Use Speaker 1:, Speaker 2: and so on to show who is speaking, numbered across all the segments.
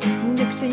Speaker 1: Jesse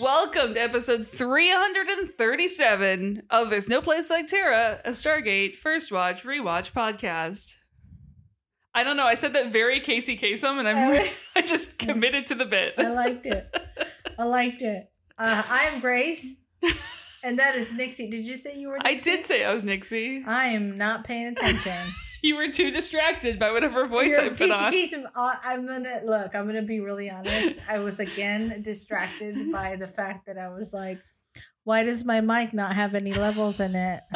Speaker 2: Welcome to episode 337 of There's No Place Like Terra, a Stargate First Watch Rewatch podcast. I don't know. I said that very Casey Kasem, and I'm
Speaker 3: I-
Speaker 2: I just committed to the bit.
Speaker 3: Oh. I liked it. I liked it. Uh, I am Grace, and that is Nixie. Did you say you were?
Speaker 2: I
Speaker 3: Nixie?
Speaker 2: did say I was Nixie.
Speaker 3: I am not paying attention.
Speaker 2: You were too distracted by whatever voice
Speaker 3: You're
Speaker 2: I
Speaker 3: a
Speaker 2: put
Speaker 3: piece of
Speaker 2: on.
Speaker 3: piece of- uh, I'm gonna look. I'm gonna be really honest. I was again distracted by the fact that I was like, "Why does my mic not have any levels in it?"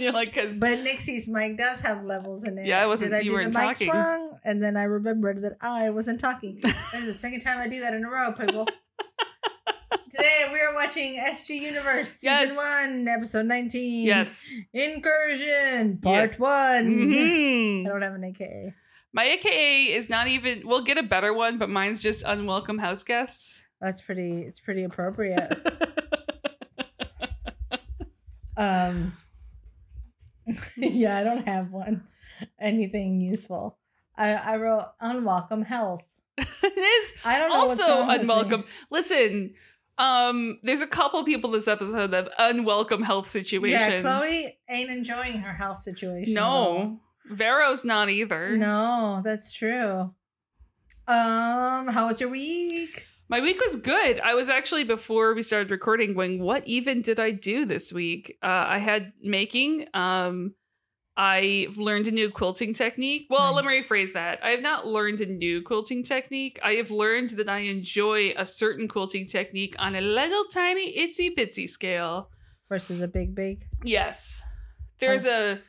Speaker 2: You're like, because
Speaker 3: But Nixie's mic does have levels in it.
Speaker 2: Yeah, I wasn't-
Speaker 3: Did I
Speaker 2: you
Speaker 3: do
Speaker 2: weren't
Speaker 3: the mics
Speaker 2: talking.
Speaker 3: wrong? And then I remembered that I wasn't talking. There's the second time I do that in a row, people. Today we are watching SG Universe season
Speaker 2: Yes.
Speaker 3: one, episode nineteen.
Speaker 2: yes.
Speaker 3: Incursion, part
Speaker 2: Yes.
Speaker 3: one.
Speaker 2: Mhm.
Speaker 3: I don't have an AKA.
Speaker 2: My AKA is not even, we'll get a better one, but mine's just unwelcome house guests.
Speaker 3: That's pretty. It's pretty appropriate. um. yeah, I don't have one. Anything useful. I, I wrote unwelcome health.
Speaker 2: it is
Speaker 3: I don't know. what's
Speaker 2: also
Speaker 3: wrong with me.
Speaker 2: unwelcome. Listen, um, there's a couple people this episode that have unwelcome health
Speaker 3: Yeah,
Speaker 2: situations.
Speaker 3: Chloe ain't enjoying her health situation. at all.
Speaker 2: no, Vero's not either.
Speaker 3: no, that's true. Um, how was your week?
Speaker 2: My week was good. I was actually before we started recording going, what even did I do this week? Uh, I had making. Um, I've learned a new quilting technique. Well, let me
Speaker 3: Nice.
Speaker 2: rephrase that. I have not learned a new quilting technique. I have learned that I enjoy a certain quilting technique on a little tiny itsy bitsy scale.
Speaker 3: Versus a big, big.
Speaker 2: Yes. There's a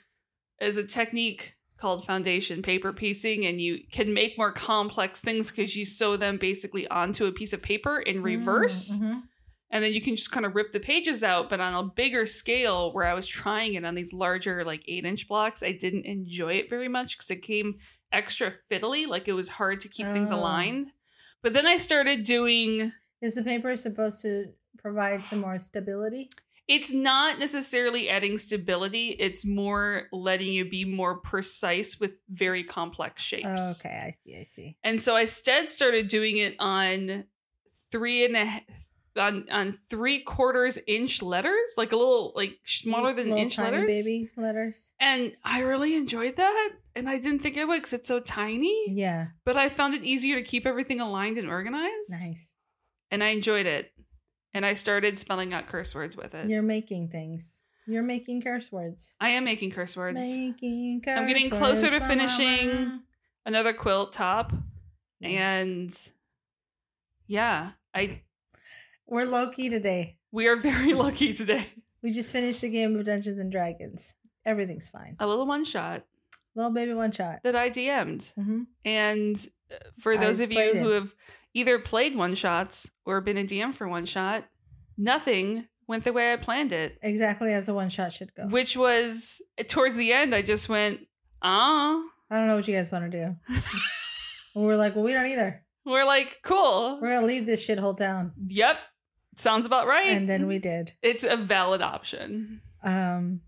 Speaker 2: is a technique called foundation paper piecing and you can make more complex things cuz you sew them basically onto a piece of paper in
Speaker 3: Mm,
Speaker 2: reverse
Speaker 3: Mhm.
Speaker 2: and then you can just kind of rip the pages out but on a bigger scale where I was trying it on these larger like 8 inch blocks I didn't enjoy it very much cuz it came extra fiddly like it was hard to keep things
Speaker 3: Oh.
Speaker 2: aligned but then I started doing
Speaker 3: Is the paper supposed to provide some more stability?
Speaker 2: it's not necessarily adding stability it's more letting you be more precise with very complex shapes
Speaker 3: Oh, okay, I see. I see.
Speaker 2: and so i instead started doing it on three and a h- on on three quarters inch letters like a little like smaller than
Speaker 3: Little
Speaker 2: inch
Speaker 3: tiny
Speaker 2: letters
Speaker 3: baby letters.
Speaker 2: and i really enjoyed that and i didn't think i would because it's so tiny
Speaker 3: Yeah,
Speaker 2: but i found it easier to keep everything aligned and organized
Speaker 3: nice.
Speaker 2: and i enjoyed it and i started spelling out curse words with it
Speaker 3: You're making things. You're making curse words.
Speaker 2: i am making curse words
Speaker 3: Making curse
Speaker 2: I'm getting closer
Speaker 3: words,
Speaker 2: to
Speaker 3: blah, blah,
Speaker 2: finishing.
Speaker 3: blah.
Speaker 2: another quilt top
Speaker 3: Nice.
Speaker 2: and yeah i
Speaker 3: We're low key today.
Speaker 2: we are very lucky today
Speaker 3: We just finished a game of Dungeons and Dragons. Everything's fine.
Speaker 2: a little one shot
Speaker 3: Little baby one shot.
Speaker 2: that i dm'd
Speaker 3: hmm
Speaker 2: and uh, for
Speaker 3: I
Speaker 2: those of you
Speaker 3: played
Speaker 2: who
Speaker 3: it.
Speaker 2: have either played one shots or been a dm for one shot nothing went the way i planned it
Speaker 3: Exactly as a one shot should go.
Speaker 2: which was eh, towards the end i just went ah
Speaker 3: I don't know what you guys want to do. And we're like, well, we don't either.
Speaker 2: we're like cool
Speaker 3: We're gonna leave this shithole down,
Speaker 2: yep sounds about right
Speaker 3: and then we did.
Speaker 2: it's a valid option
Speaker 3: Um,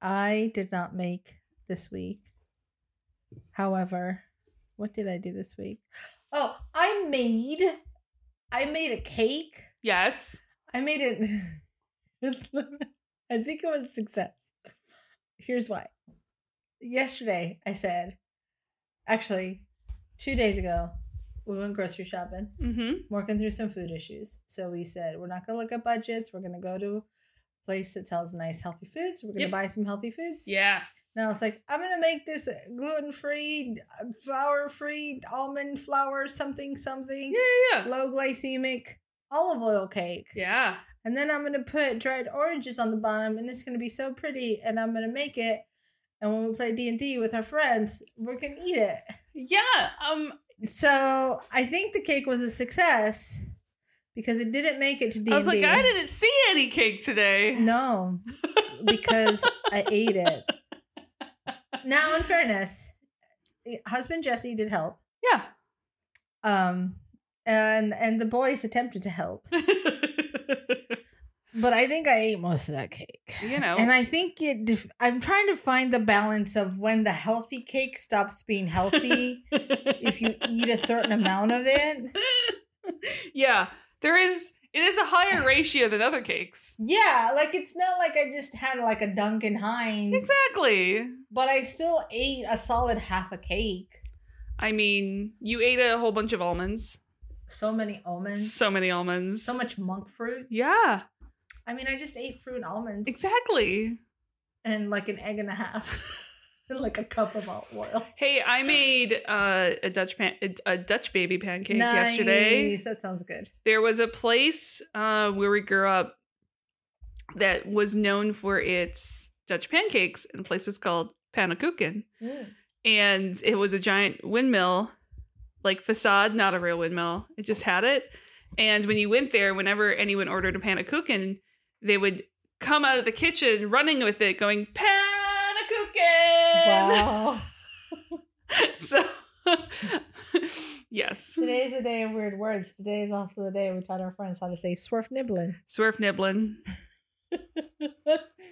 Speaker 3: I did not make this week. However, what did I do this week? Oh, I made, I made a cake.
Speaker 2: yes
Speaker 3: I made it. I think it was a success. Here's why. Yesterday, I said, actually, two days ago, we went grocery shopping,
Speaker 2: mm-hmm
Speaker 3: working through some food issues. So we said, we're not going to look at budgets. We're going to go to a place that sells nice, healthy foods. We're
Speaker 2: Yep.
Speaker 3: going to buy some healthy foods.
Speaker 2: yeah
Speaker 3: Now it's like, I'm going to make this gluten free, flour free, almond flour, something, something,
Speaker 2: yeah yeah yeah,
Speaker 3: low glycemic olive oil cake.
Speaker 2: yeah.
Speaker 3: And then I'm gonna put dried oranges on the bottom, and it's gonna be so pretty. And I'm gonna make it. And when we play D and D with our friends, we're gonna eat it.
Speaker 2: Yeah. Um.
Speaker 3: So I think the cake was a success because it didn't make it to D and
Speaker 2: I was like, I didn't see any cake today.
Speaker 3: No, because I ate it. Now, in fairness, eh, husband Jesse did help.
Speaker 2: Yeah.
Speaker 3: Um, and and the boys attempted to help, but I think I ate most of that cake.
Speaker 2: you know.
Speaker 3: And I think it. Def- I'm trying to find the balance of when the healthy cake stops being healthy if you eat a certain amount of it.
Speaker 2: yeah, there is. It is a higher ratio than other cakes.
Speaker 3: Yeah, like it's not like I just had like a Duncan Hines,
Speaker 2: Exactly.
Speaker 3: but I still ate a solid half a cake.
Speaker 2: I mean, you ate a whole bunch of almonds.
Speaker 3: So many almonds,
Speaker 2: So many almonds.
Speaker 3: so much monk fruit.
Speaker 2: Yeah,
Speaker 3: I mean, I just ate fruit and almonds
Speaker 2: exactly.
Speaker 3: and like an egg and a half, and like a cup of olive oil.
Speaker 2: Hey, I made uh, a Dutch pan- a, a Dutch baby pancake yesterday.
Speaker 3: Nice, That sounds good.
Speaker 2: There was a place uh, where we grew up that was known for its Dutch pancakes, and the place was called Pannenkoeken.
Speaker 3: Mm.
Speaker 2: and it was a giant windmill, like facade, not a real windmill. It just had it. And when you went there, whenever anyone ordered a panakukin, they would come out of the kitchen running with it, going panakukin.
Speaker 3: Wow.
Speaker 2: So, yes,
Speaker 3: Today's the day of weird words. Today is also the day we taught our friends how to say swerf nibbling.
Speaker 2: swerf niblin.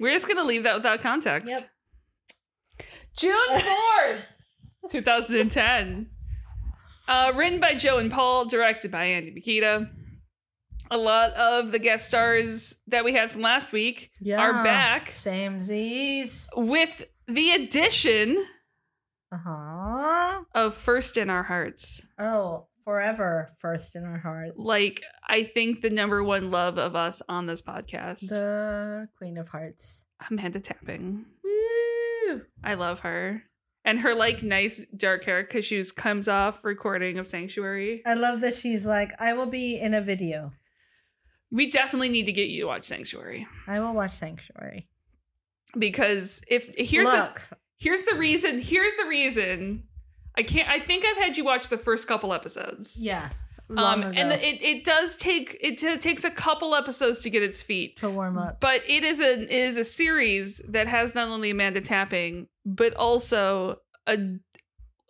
Speaker 2: We're just gonna leave that without context.
Speaker 3: Yep.
Speaker 2: June fourth, two thousand and ten. Uh, written by Joe and Paul, directed by Andy Makita. A lot of the guest stars that we had from last week
Speaker 3: yeah.
Speaker 2: are back,
Speaker 3: Same Z's.
Speaker 2: with the addition
Speaker 3: Uh huh.
Speaker 2: of First in Our Hearts.
Speaker 3: Oh, forever first in our hearts.
Speaker 2: Like, I think the number one love of us on this podcast,
Speaker 3: the Queen of Hearts.
Speaker 2: Amanda Tapping.
Speaker 3: Woo!
Speaker 2: I love her. And her like nice dark hair because she was, comes off recording of Sanctuary.
Speaker 3: I love that she's like, I will be in a video.
Speaker 2: We definitely need to get you to watch Sanctuary
Speaker 3: I will watch Sanctuary.
Speaker 2: because if here's the
Speaker 3: Look,
Speaker 2: here's the reason here's the reason I can't I think I've had you watch the first couple episodes.
Speaker 3: yeah, long
Speaker 2: Um,
Speaker 3: ago
Speaker 2: and the, it, it does take it t- takes a couple episodes to get its feet,
Speaker 3: to warm up.
Speaker 2: but it is a it is a series that has not only Amanda Tapping but also a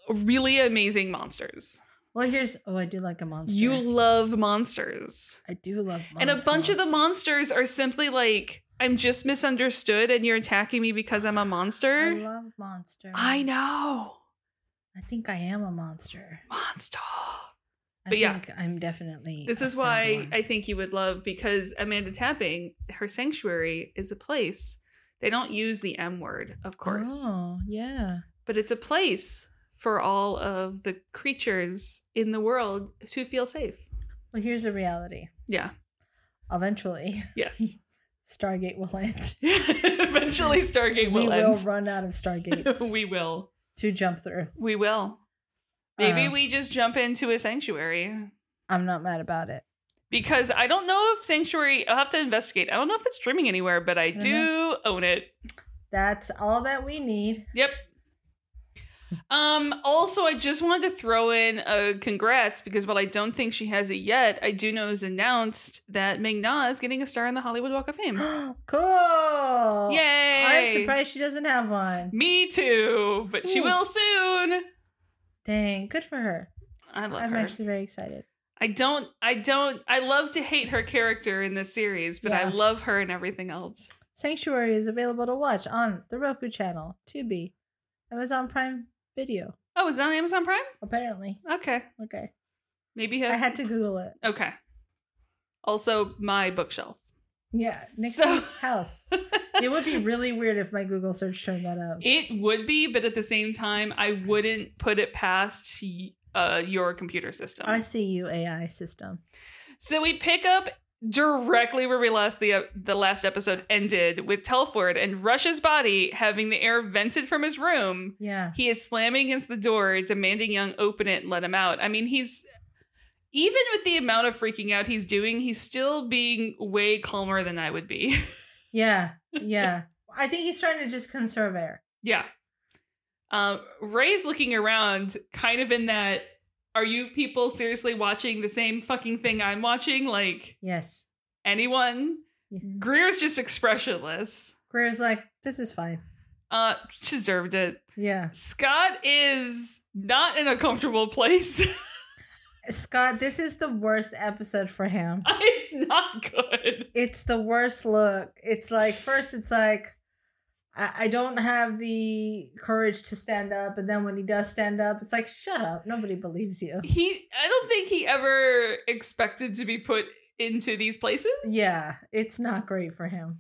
Speaker 2: really amazing monsters.
Speaker 3: Well, here's oh, I do like a monster.
Speaker 2: You love monsters.
Speaker 3: I do love monsters.
Speaker 2: And a bunch of the monsters are simply like, I'm just misunderstood and you're attacking me because I'm a
Speaker 3: I
Speaker 2: monster.
Speaker 3: love monsters.
Speaker 2: I know.
Speaker 3: I think I am a monster.
Speaker 2: Monster.
Speaker 3: I
Speaker 2: But yeah.
Speaker 3: think I'm definitely.
Speaker 2: This
Speaker 3: a
Speaker 2: is why
Speaker 3: Sandborn.
Speaker 2: I think you would love because Amanda Tapping, her sanctuary is a place. They don't use the M word, of course,
Speaker 3: Oh yeah.
Speaker 2: but it's a place for all of the creatures in the world to feel safe.
Speaker 3: Well, here's the reality.
Speaker 2: Yeah.
Speaker 3: Eventually,
Speaker 2: Yes.
Speaker 3: Stargate will end.
Speaker 2: Eventually, Stargate will
Speaker 3: we
Speaker 2: end.
Speaker 3: will run out of Stargates
Speaker 2: we will.
Speaker 3: to jump through.
Speaker 2: We will. Maybe
Speaker 3: Uh,
Speaker 2: we just jump into a sanctuary
Speaker 3: I'm not mad about it.
Speaker 2: because I don't know if sanctuary. I'll have to investigate. I don't know if it's streaming anywhere, but I
Speaker 3: Mhm.
Speaker 2: do own it.
Speaker 3: That's all that we need.
Speaker 2: Yep. Um. Also, I just wanted to throw in a congrats because while I don't think she has it yet, I do know it was announced that Ming Na is getting a star in the Hollywood Walk of Fame.
Speaker 3: cool.
Speaker 2: Yay!
Speaker 3: Oh, I'm surprised she doesn't have one.
Speaker 2: Me too, but she
Speaker 3: Ooh.
Speaker 2: will soon.
Speaker 3: Dang, good for her.
Speaker 2: I love
Speaker 3: I'm
Speaker 2: her.
Speaker 3: actually very excited.
Speaker 2: I don't I don't I love to hate her character in this series, but I
Speaker 3: Yeah.
Speaker 2: love her and everything else.
Speaker 3: Sanctuary is available to watch on the Roku channel, Tubi, Amazon Prime Video.
Speaker 2: Oh, is it on Amazon Prime?
Speaker 3: Apparently,
Speaker 2: Okay.
Speaker 3: okay.
Speaker 2: Maybe you
Speaker 3: I
Speaker 2: have
Speaker 3: had to Google it.
Speaker 2: Okay. Also my bookshelf.
Speaker 3: Yeah, Nick's
Speaker 2: So-
Speaker 3: house. It would be really weird if my Google search showed that up.
Speaker 2: It would be, but at the same time, I wouldn't put it past y- uh, your computer system.
Speaker 3: I see you, AI system.
Speaker 2: So we pick up directly where we last the uh, the last episode ended with Telford and Rush's body having the air vented from his room
Speaker 3: Yeah.
Speaker 2: He is slamming against the door, demanding Young open it and let him out. I mean, he's even with the amount of freaking out he's doing, he's still being way calmer than I would be.
Speaker 3: Yeah. Yeah. I think he's trying to just conserve air.
Speaker 2: yeah. Um, Ray's looking around, kind of in that, are you people seriously watching the same fucking thing I'm watching? Like
Speaker 3: Yes.
Speaker 2: anyone?
Speaker 3: Yeah.
Speaker 2: Greer's just expressionless.
Speaker 3: Greer's like, this is fine.
Speaker 2: Uh, deserved it.
Speaker 3: Yeah.
Speaker 2: Scott is not in a comfortable place.
Speaker 3: Scott, this is the worst episode for him.
Speaker 2: it's not good.
Speaker 3: It's the worst look. It's like, first, it's like, I, I don't have the courage to stand up. And then when he does stand up, it's like, shut up. Nobody believes you.
Speaker 2: He, I don't think he ever expected to be put into these places.
Speaker 3: Yeah. It's not great for him.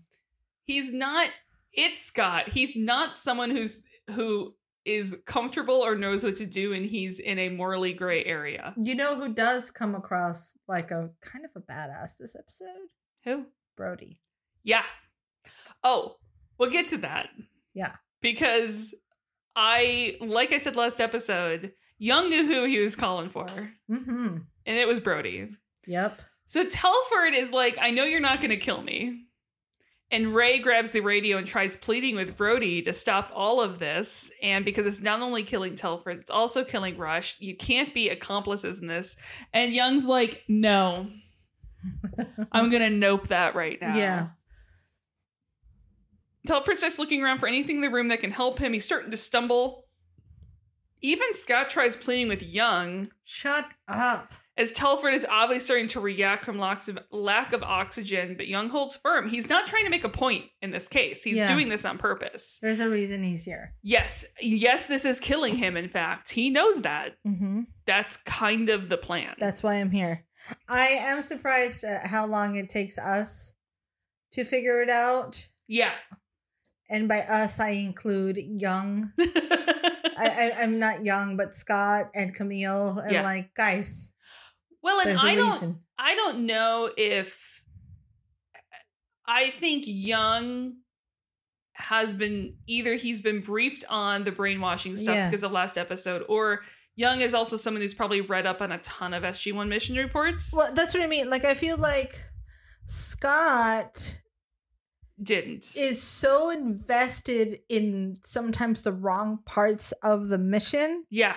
Speaker 2: he's not. It's Scott. He's not someone who's who is comfortable or knows what to do, and he's in a morally gray area.
Speaker 3: You know who does come across like a kind of a badass this episode?
Speaker 2: Who?
Speaker 3: Brody.
Speaker 2: Yeah. Oh, we'll get to that.
Speaker 3: Yeah.
Speaker 2: Because I, like I said last episode, Young knew who he was calling for,
Speaker 3: Mm-hmm.
Speaker 2: and it was Brody.
Speaker 3: Yep.
Speaker 2: So Telford is like, I know you're not going to kill me. And Ray grabs the radio and tries pleading with Brody to stop all of this. And because it's not only killing Telford, it's also killing Rush. You can't be accomplices in this. And Young's like, no, I'm going to nope that right now.
Speaker 3: Yeah.
Speaker 2: Telford starts looking around for anything in the room that can help him. He's starting to stumble. Even Scott tries pleading with Young,
Speaker 3: Shut up.
Speaker 2: as Telford is obviously starting to react from locks of, lack of oxygen, but Young holds firm. He's not trying to make a point in this case. He's
Speaker 3: Yeah.
Speaker 2: doing this on purpose.
Speaker 3: There's a reason he's here.
Speaker 2: Yes, yes, this is killing him, in fact. He knows that.
Speaker 3: Mm-hmm.
Speaker 2: That's kind of the plan.
Speaker 3: That's why I'm here. I am surprised at how long it takes us to figure it out.
Speaker 2: yeah.
Speaker 3: And by us, I include young. I, I, I'm not young, but Scott and Camille and
Speaker 2: Yeah.
Speaker 3: like guys.
Speaker 2: well, and
Speaker 3: there's a
Speaker 2: I don't
Speaker 3: reason.
Speaker 2: I don't know if I think Young has been either he's been briefed on the brainwashing stuff
Speaker 3: Yeah.
Speaker 2: because of last episode, or Young is also someone who's probably read up on a ton of SG1 mission reports.
Speaker 3: Well, that's what I mean. Like I feel like Scott
Speaker 2: Didn't.
Speaker 3: is so invested in sometimes the wrong parts of the mission
Speaker 2: yeah.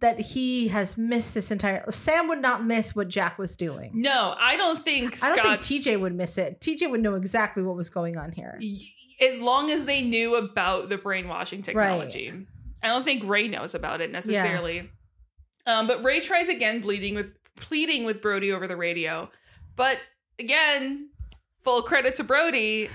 Speaker 3: that he has missed this entire. Sam would not miss what Jack was doing.
Speaker 2: No, I don't think
Speaker 3: I
Speaker 2: Scott's
Speaker 3: don't think TJ would miss it. TJ would know exactly what was going on here.
Speaker 2: y- as long as they knew about the brainwashing technology. I don't think Ray knows about it necessarily. Um, but Ray tries again bleeding with pleading with Brody over the radio. But again, full credit to Brody.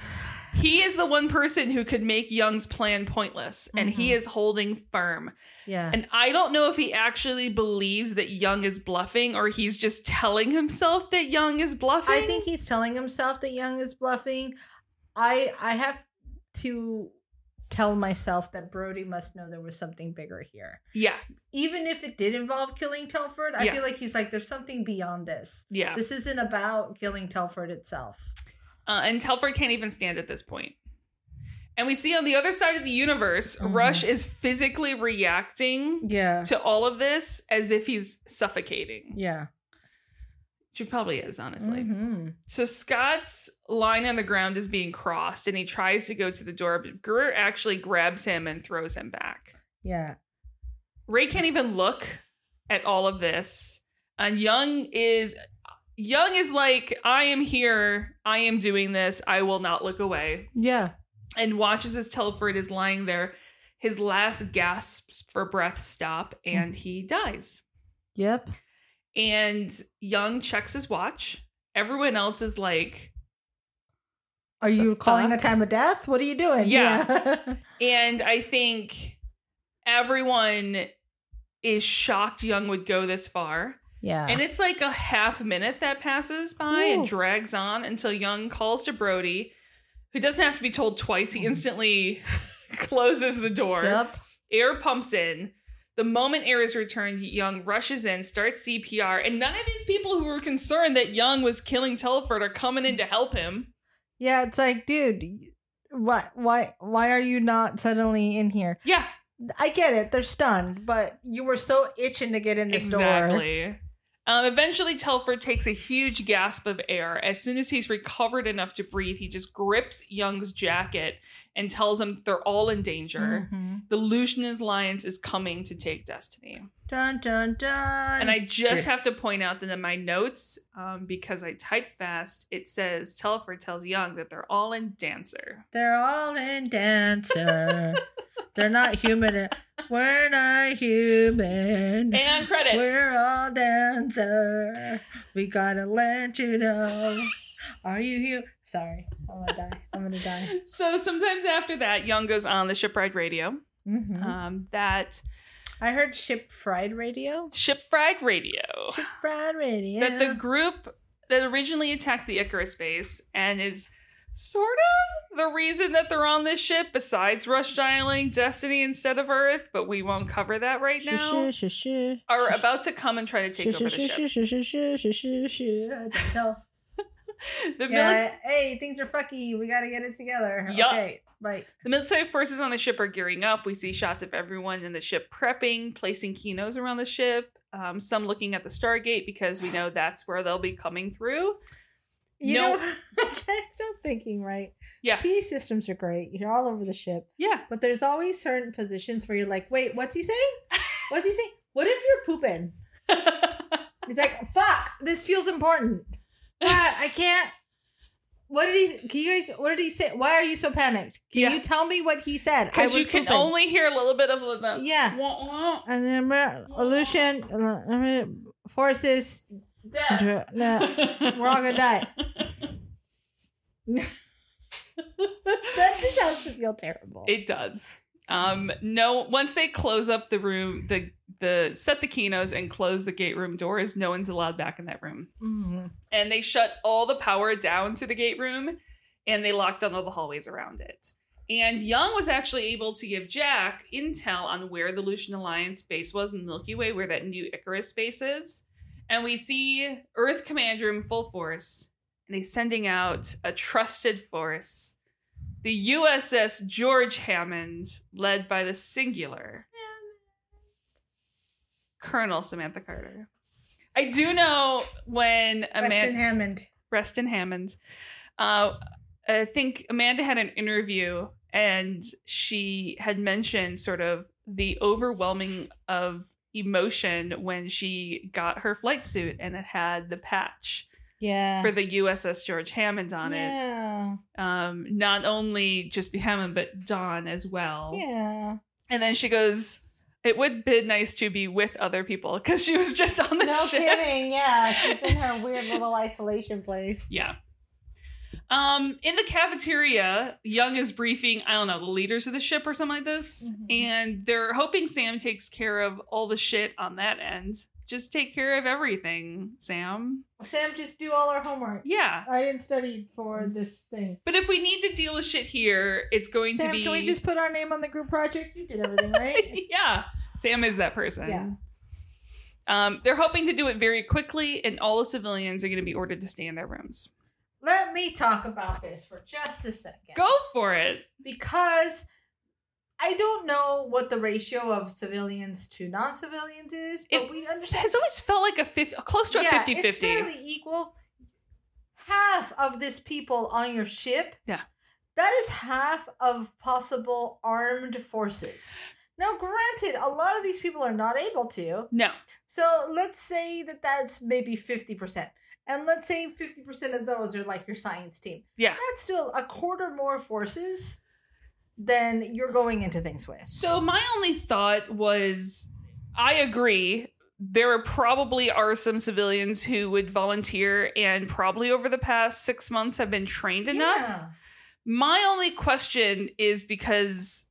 Speaker 2: He is the one person who could make Young's plan pointless, and
Speaker 3: Mm-hmm.
Speaker 2: he is holding firm.
Speaker 3: Yeah.
Speaker 2: And I don't know if he actually believes that Young is bluffing or he's just telling himself that Young is bluffing.
Speaker 3: I think he's telling himself that Young is bluffing. I I have to tell myself that Brody must know there was something bigger here.
Speaker 2: Yeah,
Speaker 3: Even if it did involve killing Telford, I
Speaker 2: Yeah.
Speaker 3: feel like he's like there's something beyond this.
Speaker 2: yeah.
Speaker 3: This isn't about killing Telford itself.
Speaker 2: Uh, and Telford can't even stand at this point. And we see on the other side of the universe, Rush is physically reacting
Speaker 3: Oh, Yeah.
Speaker 2: to all of this as if he's suffocating.
Speaker 3: Yeah.
Speaker 2: Which he probably is, honestly.
Speaker 3: Mhm.
Speaker 2: So Scott's line on the ground is being crossed and he tries to go to the door, but Greer actually grabs him and throws him back.
Speaker 3: Yeah.
Speaker 2: Ray can't even look at all of this. And Young is Young is like, I am here, I am doing this, I will not look away.
Speaker 3: Yeah.
Speaker 2: and watches as Telford is lying there. His last gasps for breath stop and he dies.
Speaker 3: Yep.
Speaker 2: And Young checks his watch. Everyone else is like,
Speaker 3: Are you calling
Speaker 2: fuck?
Speaker 3: a time of death? What are you doing?
Speaker 2: Yeah.
Speaker 3: Yeah.
Speaker 2: and I think everyone is shocked Young would go this far.
Speaker 3: Yeah.
Speaker 2: And it's like a half minute that passes by and
Speaker 3: Ooh.
Speaker 2: drags on until Young calls to Brody, who doesn't have to be told twice.
Speaker 3: Mm-hmm.
Speaker 2: He instantly closes the door.
Speaker 3: yep.
Speaker 2: Air pumps in. The moment air is returned, Young rushes in, starts CPR, and none of these people who were concerned that Young was killing Telford are coming in to help him.
Speaker 3: Yeah, it's like, dude, why why why are you not suddenly in here?
Speaker 2: Yeah,
Speaker 3: I get it. They're stunned, but you were so itching to get in this door.
Speaker 2: exactly. Um, eventually, Telford takes a huge gasp of air. As soon as he's recovered enough to breathe, he just grips Young's jacket and tells him they're all in danger.
Speaker 3: Mhm.
Speaker 2: The Lucian's Alliance is coming to take Destiny.
Speaker 3: Dun dun dun.
Speaker 2: And I just
Speaker 3: Okay.
Speaker 2: have to point out that in my notes, um, because I type fast, it says Telford tells Young that they're all in Dancer.
Speaker 3: They're all in dancer. They're not human. We're not human.
Speaker 2: And credits.
Speaker 3: We're all dancer. We gotta let you know. Are you here? Sorry, I'm gonna die. I'm gonna die.
Speaker 2: so sometimes after that, Young goes on the Shipwright Radio.
Speaker 3: Mhm.
Speaker 2: Um, that
Speaker 3: I heard ship fried radio.
Speaker 2: Shipwright Radio.
Speaker 3: Ship fried radio.
Speaker 2: That the group that originally attacked the Icarus base and is sort of the reason that they're on this ship, besides Rush dialing Destiny instead of Earth, but we won't cover that right now.
Speaker 3: Shoo, shoo, shoo, shoo.
Speaker 2: Are
Speaker 3: Shoo,
Speaker 2: about to come and try to take
Speaker 3: shoo,
Speaker 2: over the
Speaker 3: shoo,
Speaker 2: ship.
Speaker 3: shoo, shoo, shoo, shoo, shoo, shoo, shoo. I can tell.
Speaker 2: The mili-
Speaker 3: Yeah, hey, things are fucky. We gotta get it together.
Speaker 2: Yup.
Speaker 3: Okay, like
Speaker 2: The military forces on the ship are gearing up. We see shots of everyone in the ship prepping, placing kinos around the ship, um, some looking at the Stargate because we know that's where they'll be coming through.
Speaker 3: you
Speaker 2: No.
Speaker 3: know, I stop thinking. Right?
Speaker 2: Yeah.
Speaker 3: PA systems are great. You're all over the ship,
Speaker 2: Yeah.
Speaker 3: but there's always certain positions where you're like, wait, what's he saying? What's he saying? What if you're pooping? He's like, fuck, this feels important. Why I can't. What did he? Can you guys? What did he say? Why are you so panicked? Can
Speaker 2: Yeah.
Speaker 3: you tell me what he said? I
Speaker 2: Because you
Speaker 3: was
Speaker 2: can
Speaker 3: pooping."
Speaker 2: only hear a little bit of the.
Speaker 3: Yeah.
Speaker 2: Wah, wah,
Speaker 3: And then we're- Aleutian uh, I mean, forces.
Speaker 2: death.
Speaker 3: dr- nah, we're all gonna die. that just has to feel terrible.
Speaker 2: It does. Um, no, once they close up the room, the the set the kinos and close the gate room doors, no one's allowed back in that room.
Speaker 3: Mhm.
Speaker 2: and they shut all the power down to the gate room and they locked down all the hallways around it. And Young was actually able to give Jack intel on where the Lucian Alliance base was in the Milky Way, where that new Icarus base is. And we see Earth Commander in full force, and he's sending out a trusted force, the USS George Hammond, led by the singular Colonel Samantha Carter. I do know when
Speaker 3: Preston
Speaker 2: Amanda
Speaker 3: Hammond.
Speaker 2: Reston Hammonds. Uh, I think Amanda had an interview and she had mentioned sort of the overwhelming of emotion when she got her flight suit and it had the patch
Speaker 3: Yeah.
Speaker 2: for the USS George Hammond on it.
Speaker 3: yeah.
Speaker 2: Um, not only just be Hammond, but Dawn as well.
Speaker 3: Yeah.
Speaker 2: And then she goes, it would be nice to be with other people because she was just on the
Speaker 3: No
Speaker 2: ship.
Speaker 3: kidding. Yeah. She's in her weird little isolation place.
Speaker 2: Yeah. Um, in the cafeteria, Young is briefing, I don't know, the leaders of the ship or something like this.
Speaker 3: Mhm.
Speaker 2: And they're hoping Sam takes care of all the shit on that end. Just take care of everything, Sam.
Speaker 3: Sam, just do all our homework.
Speaker 2: Yeah. Mm-hmm.
Speaker 3: I didn't study for this thing.
Speaker 2: But if we need to deal with shit here, it's going
Speaker 3: Sam,
Speaker 2: to be
Speaker 3: can we just put our name on the group project? You did everything, right?
Speaker 2: yeah, Sam is that person.
Speaker 3: Yeah.
Speaker 2: Um, they're hoping to do it very quickly, and all the civilians are going to be ordered to stay in their rooms.
Speaker 3: Let me talk about this for just a second.
Speaker 2: Go for it.
Speaker 3: Because I don't know what the ratio of civilians to non civilians is, but
Speaker 2: It
Speaker 3: we understand.
Speaker 2: has always felt like a fifth, close to a
Speaker 3: yeah,
Speaker 2: 50
Speaker 3: it's
Speaker 2: 50.
Speaker 3: fairly equal. Half of this people on your ship.
Speaker 2: Yeah.
Speaker 3: That is half of possible armed forces. Now, granted, a lot of these people are not able to,
Speaker 2: No.
Speaker 3: So let's say that that's maybe 50%. And let's say 50% of those are like your science team.
Speaker 2: Yeah.
Speaker 3: That's still a quarter more forces than you're going into things with.
Speaker 2: So my only thought was I agree. There probably are some civilians who would volunteer and probably over the past six months have been trained enough.
Speaker 3: Yeah.
Speaker 2: My only question is because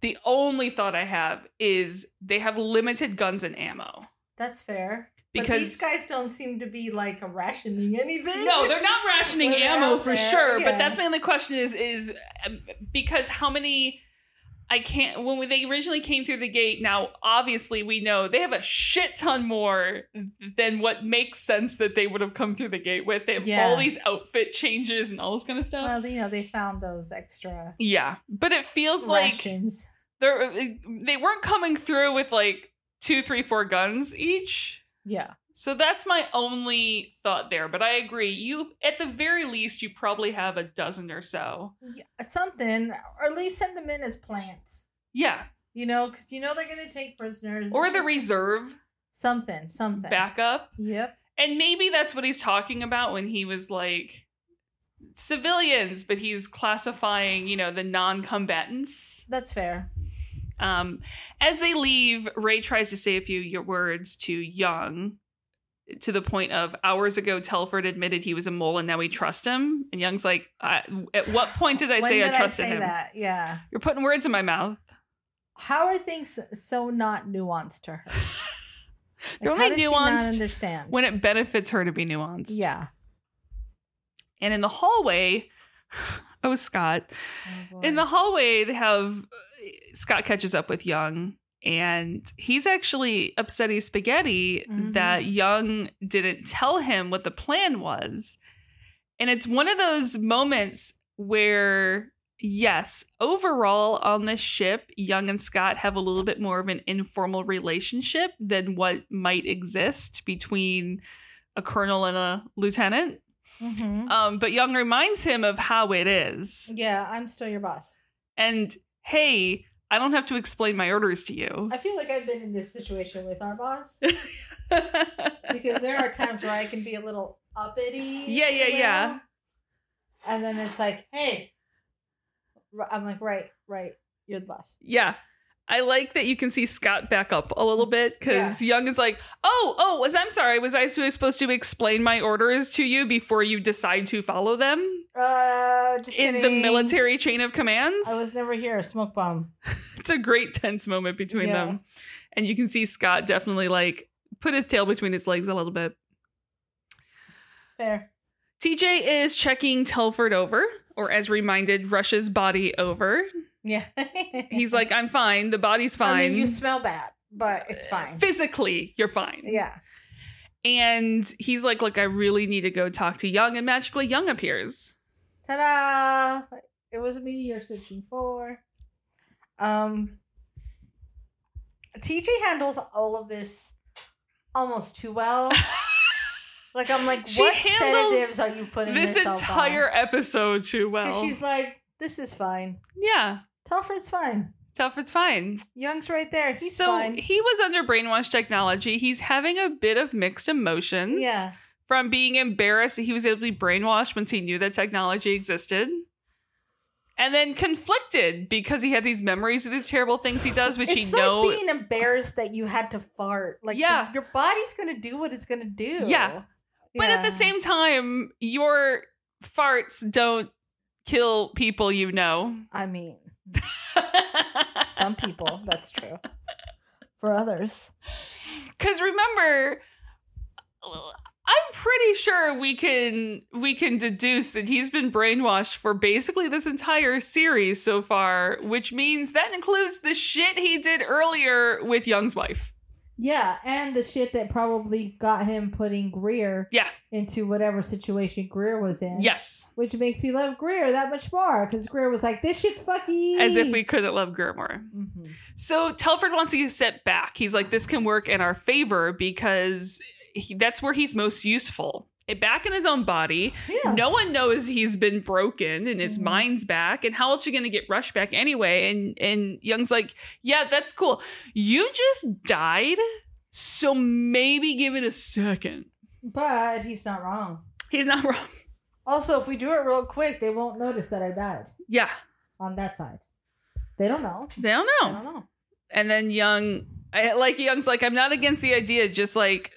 Speaker 2: the only thought I have is they have limited guns and ammo.
Speaker 3: That's fair. but
Speaker 2: Because
Speaker 3: these guys don't seem to be like rationing anything.
Speaker 2: no, they're not rationing
Speaker 3: When they're
Speaker 2: ammo
Speaker 3: out
Speaker 2: for
Speaker 3: there,
Speaker 2: sure.
Speaker 3: yeah.
Speaker 2: But that's my only question is is um, because how many? I can't. When we- they originally came through the gate, now obviously we know they have a shit ton more than what makes sense that they would have come through the gate with. They have
Speaker 3: Yeah.
Speaker 2: all these outfit changes and all this kind of stuff.
Speaker 3: Well, you know, they found those extra
Speaker 2: yeah, but it feels like
Speaker 3: rations.
Speaker 2: they're they weren't coming through with like two, three, four guns each.
Speaker 3: Yeah.
Speaker 2: So that's my only thought there, but I agree. You, at the very least, you probably have a dozen or so.
Speaker 3: Uh, yeah. Something, or at least send them in as plants.
Speaker 2: Yeah,
Speaker 3: You know, because you know they're going to take prisoners.
Speaker 2: or the reserve
Speaker 3: something, something.
Speaker 2: backup.
Speaker 3: Yep.
Speaker 2: And maybe that's what he's talking about when he was like civilians, but he's classifying, you know, the non combatants.
Speaker 3: That's fair.
Speaker 2: Um, as they leave, Ray tries to say a few y- words to Young to the point of hours ago, Telford admitted he was a mole and now we trust him. And Young's like, I, At what point did I
Speaker 3: When
Speaker 2: say
Speaker 3: did
Speaker 2: I trusted
Speaker 3: say
Speaker 2: him?
Speaker 3: That? Yeah.
Speaker 2: You're putting words in my mouth.
Speaker 3: How are things so not nuanced to her?
Speaker 2: They're
Speaker 3: Like,
Speaker 2: only
Speaker 3: how does she not
Speaker 2: nuanced
Speaker 3: understand.
Speaker 2: When it benefits her to be nuanced.
Speaker 3: yeah.
Speaker 2: And in the hallway, oh, Scott,
Speaker 3: Oh,
Speaker 2: In
Speaker 3: boy.
Speaker 2: the hallway, they have uh, Scott catches up with Young, and he's actually upset he's spaghetti
Speaker 3: Mhm.
Speaker 2: that Young didn't tell him what the plan was. And it's one of those moments where, yes, overall on this ship, Young and Scott have a little bit more of an informal relationship than what might exist between a colonel and a lieutenant.
Speaker 3: Mhm.
Speaker 2: Um, but Young reminds him of how it is
Speaker 3: Yeah, I'm still your boss.
Speaker 2: and hey, I don't have to explain my orders to you.
Speaker 3: I feel like I've been in this situation with our boss because there are times where I can be a little uppity.
Speaker 2: Yeah, yeah,
Speaker 3: you
Speaker 2: yeah.
Speaker 3: know? And then it's like, hey, R- I'm like, right, right, you're the boss.
Speaker 2: yeah. I like that you can see Scott back up a little bit because Young is like, oh, oh, was I'm sorry, was I supposed to explain my orders to you before you decide to follow them
Speaker 3: Uh, just
Speaker 2: in the
Speaker 3: kidding.
Speaker 2: military chain of commands?
Speaker 3: I was never here. Smoke bomb.
Speaker 2: it's a great tense moment between
Speaker 3: Yeah.
Speaker 2: them. And you can see Scott definitely like put his tail between his legs a little bit.
Speaker 3: Fair.
Speaker 2: TJ is checking Telford over, or as reminded, Rush's body over
Speaker 3: Yeah.
Speaker 2: He's like, I'm fine. The body's fine.
Speaker 3: I mean, you smell bad, but it's fine.
Speaker 2: Physically, you're fine.
Speaker 3: Yeah.
Speaker 2: And he's like, Look, I really need to go talk to Young. And magically, Young appears.
Speaker 3: Ta da! It was me you're searching for. Um, TJ handles all of this almost too well. like, I'm like,
Speaker 2: She
Speaker 3: what
Speaker 2: handles
Speaker 3: sedatives are you putting
Speaker 2: this
Speaker 3: yourself
Speaker 2: entire Oh.
Speaker 3: on?
Speaker 2: episode, too
Speaker 3: 'Cause
Speaker 2: well.
Speaker 3: she's like, this is fine.
Speaker 2: yeah.
Speaker 3: Telford's fine.
Speaker 2: Telford's fine.
Speaker 3: Young's right there. He's
Speaker 2: so
Speaker 3: fine.
Speaker 2: he was under brainwash technology. He's having a bit of mixed emotions
Speaker 3: yeah.
Speaker 2: from being embarrassed that he was able to be brainwashed once he knew that technology existed. And then conflicted because he had these memories of these terrible things he does, which
Speaker 3: It's
Speaker 2: he
Speaker 3: like
Speaker 2: knows.
Speaker 3: being embarrassed that you had to fart. Like, the-
Speaker 2: Yeah.
Speaker 3: your body's going to do what it's going to do.
Speaker 2: Yeah. But at
Speaker 3: Yeah.
Speaker 2: the same time, your farts don't kill people you know.
Speaker 3: I mean, some people, that's true. For others.
Speaker 2: Cuz remember I'm pretty sure we can we can deduce that he's been brainwashed for basically this entire series so far, which means that includes the shit he did earlier with Young's wife.
Speaker 3: Yeah, and the shit that probably got him putting Greer
Speaker 2: Yeah.
Speaker 3: into whatever situation Greer was in.
Speaker 2: Yes.
Speaker 3: Which makes me love Greer that much more because Greer was like, this shit's fucky.
Speaker 2: As if we couldn't love Gurmore.
Speaker 3: Mhm.
Speaker 2: So Telford wants to get set back. He's like, this can work in our favor because he, that's where he's most useful. Eh, Back in his own body.
Speaker 3: Yeah.
Speaker 2: No one knows he's been broken and his
Speaker 3: Mhm.
Speaker 2: mind's back. And how else you gonna get Rush back anyway? And and Young's like, yeah, that's cool. You just died, so maybe give it a second.
Speaker 3: But he's not wrong.
Speaker 2: He's not wrong.
Speaker 3: Also, if we do it real quick, they won't notice that I died
Speaker 2: Yeah,
Speaker 3: on that side. They don't know.
Speaker 2: they don't
Speaker 3: I
Speaker 2: know.
Speaker 3: don't know.
Speaker 2: And then Young, I, like Young's like, I'm not against the idea. Just like,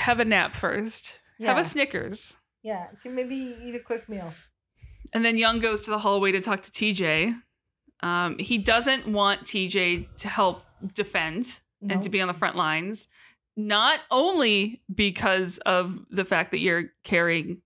Speaker 2: have a nap first. Have
Speaker 3: Yeah.
Speaker 2: a Snickers.
Speaker 3: Yeah. Can maybe eat a quick meal.
Speaker 2: And then Young goes to the hallway to talk to TJ. Um, he doesn't want TJ to help defend
Speaker 3: No.
Speaker 2: and to be on the front lines, not only because of the fact that you're carrying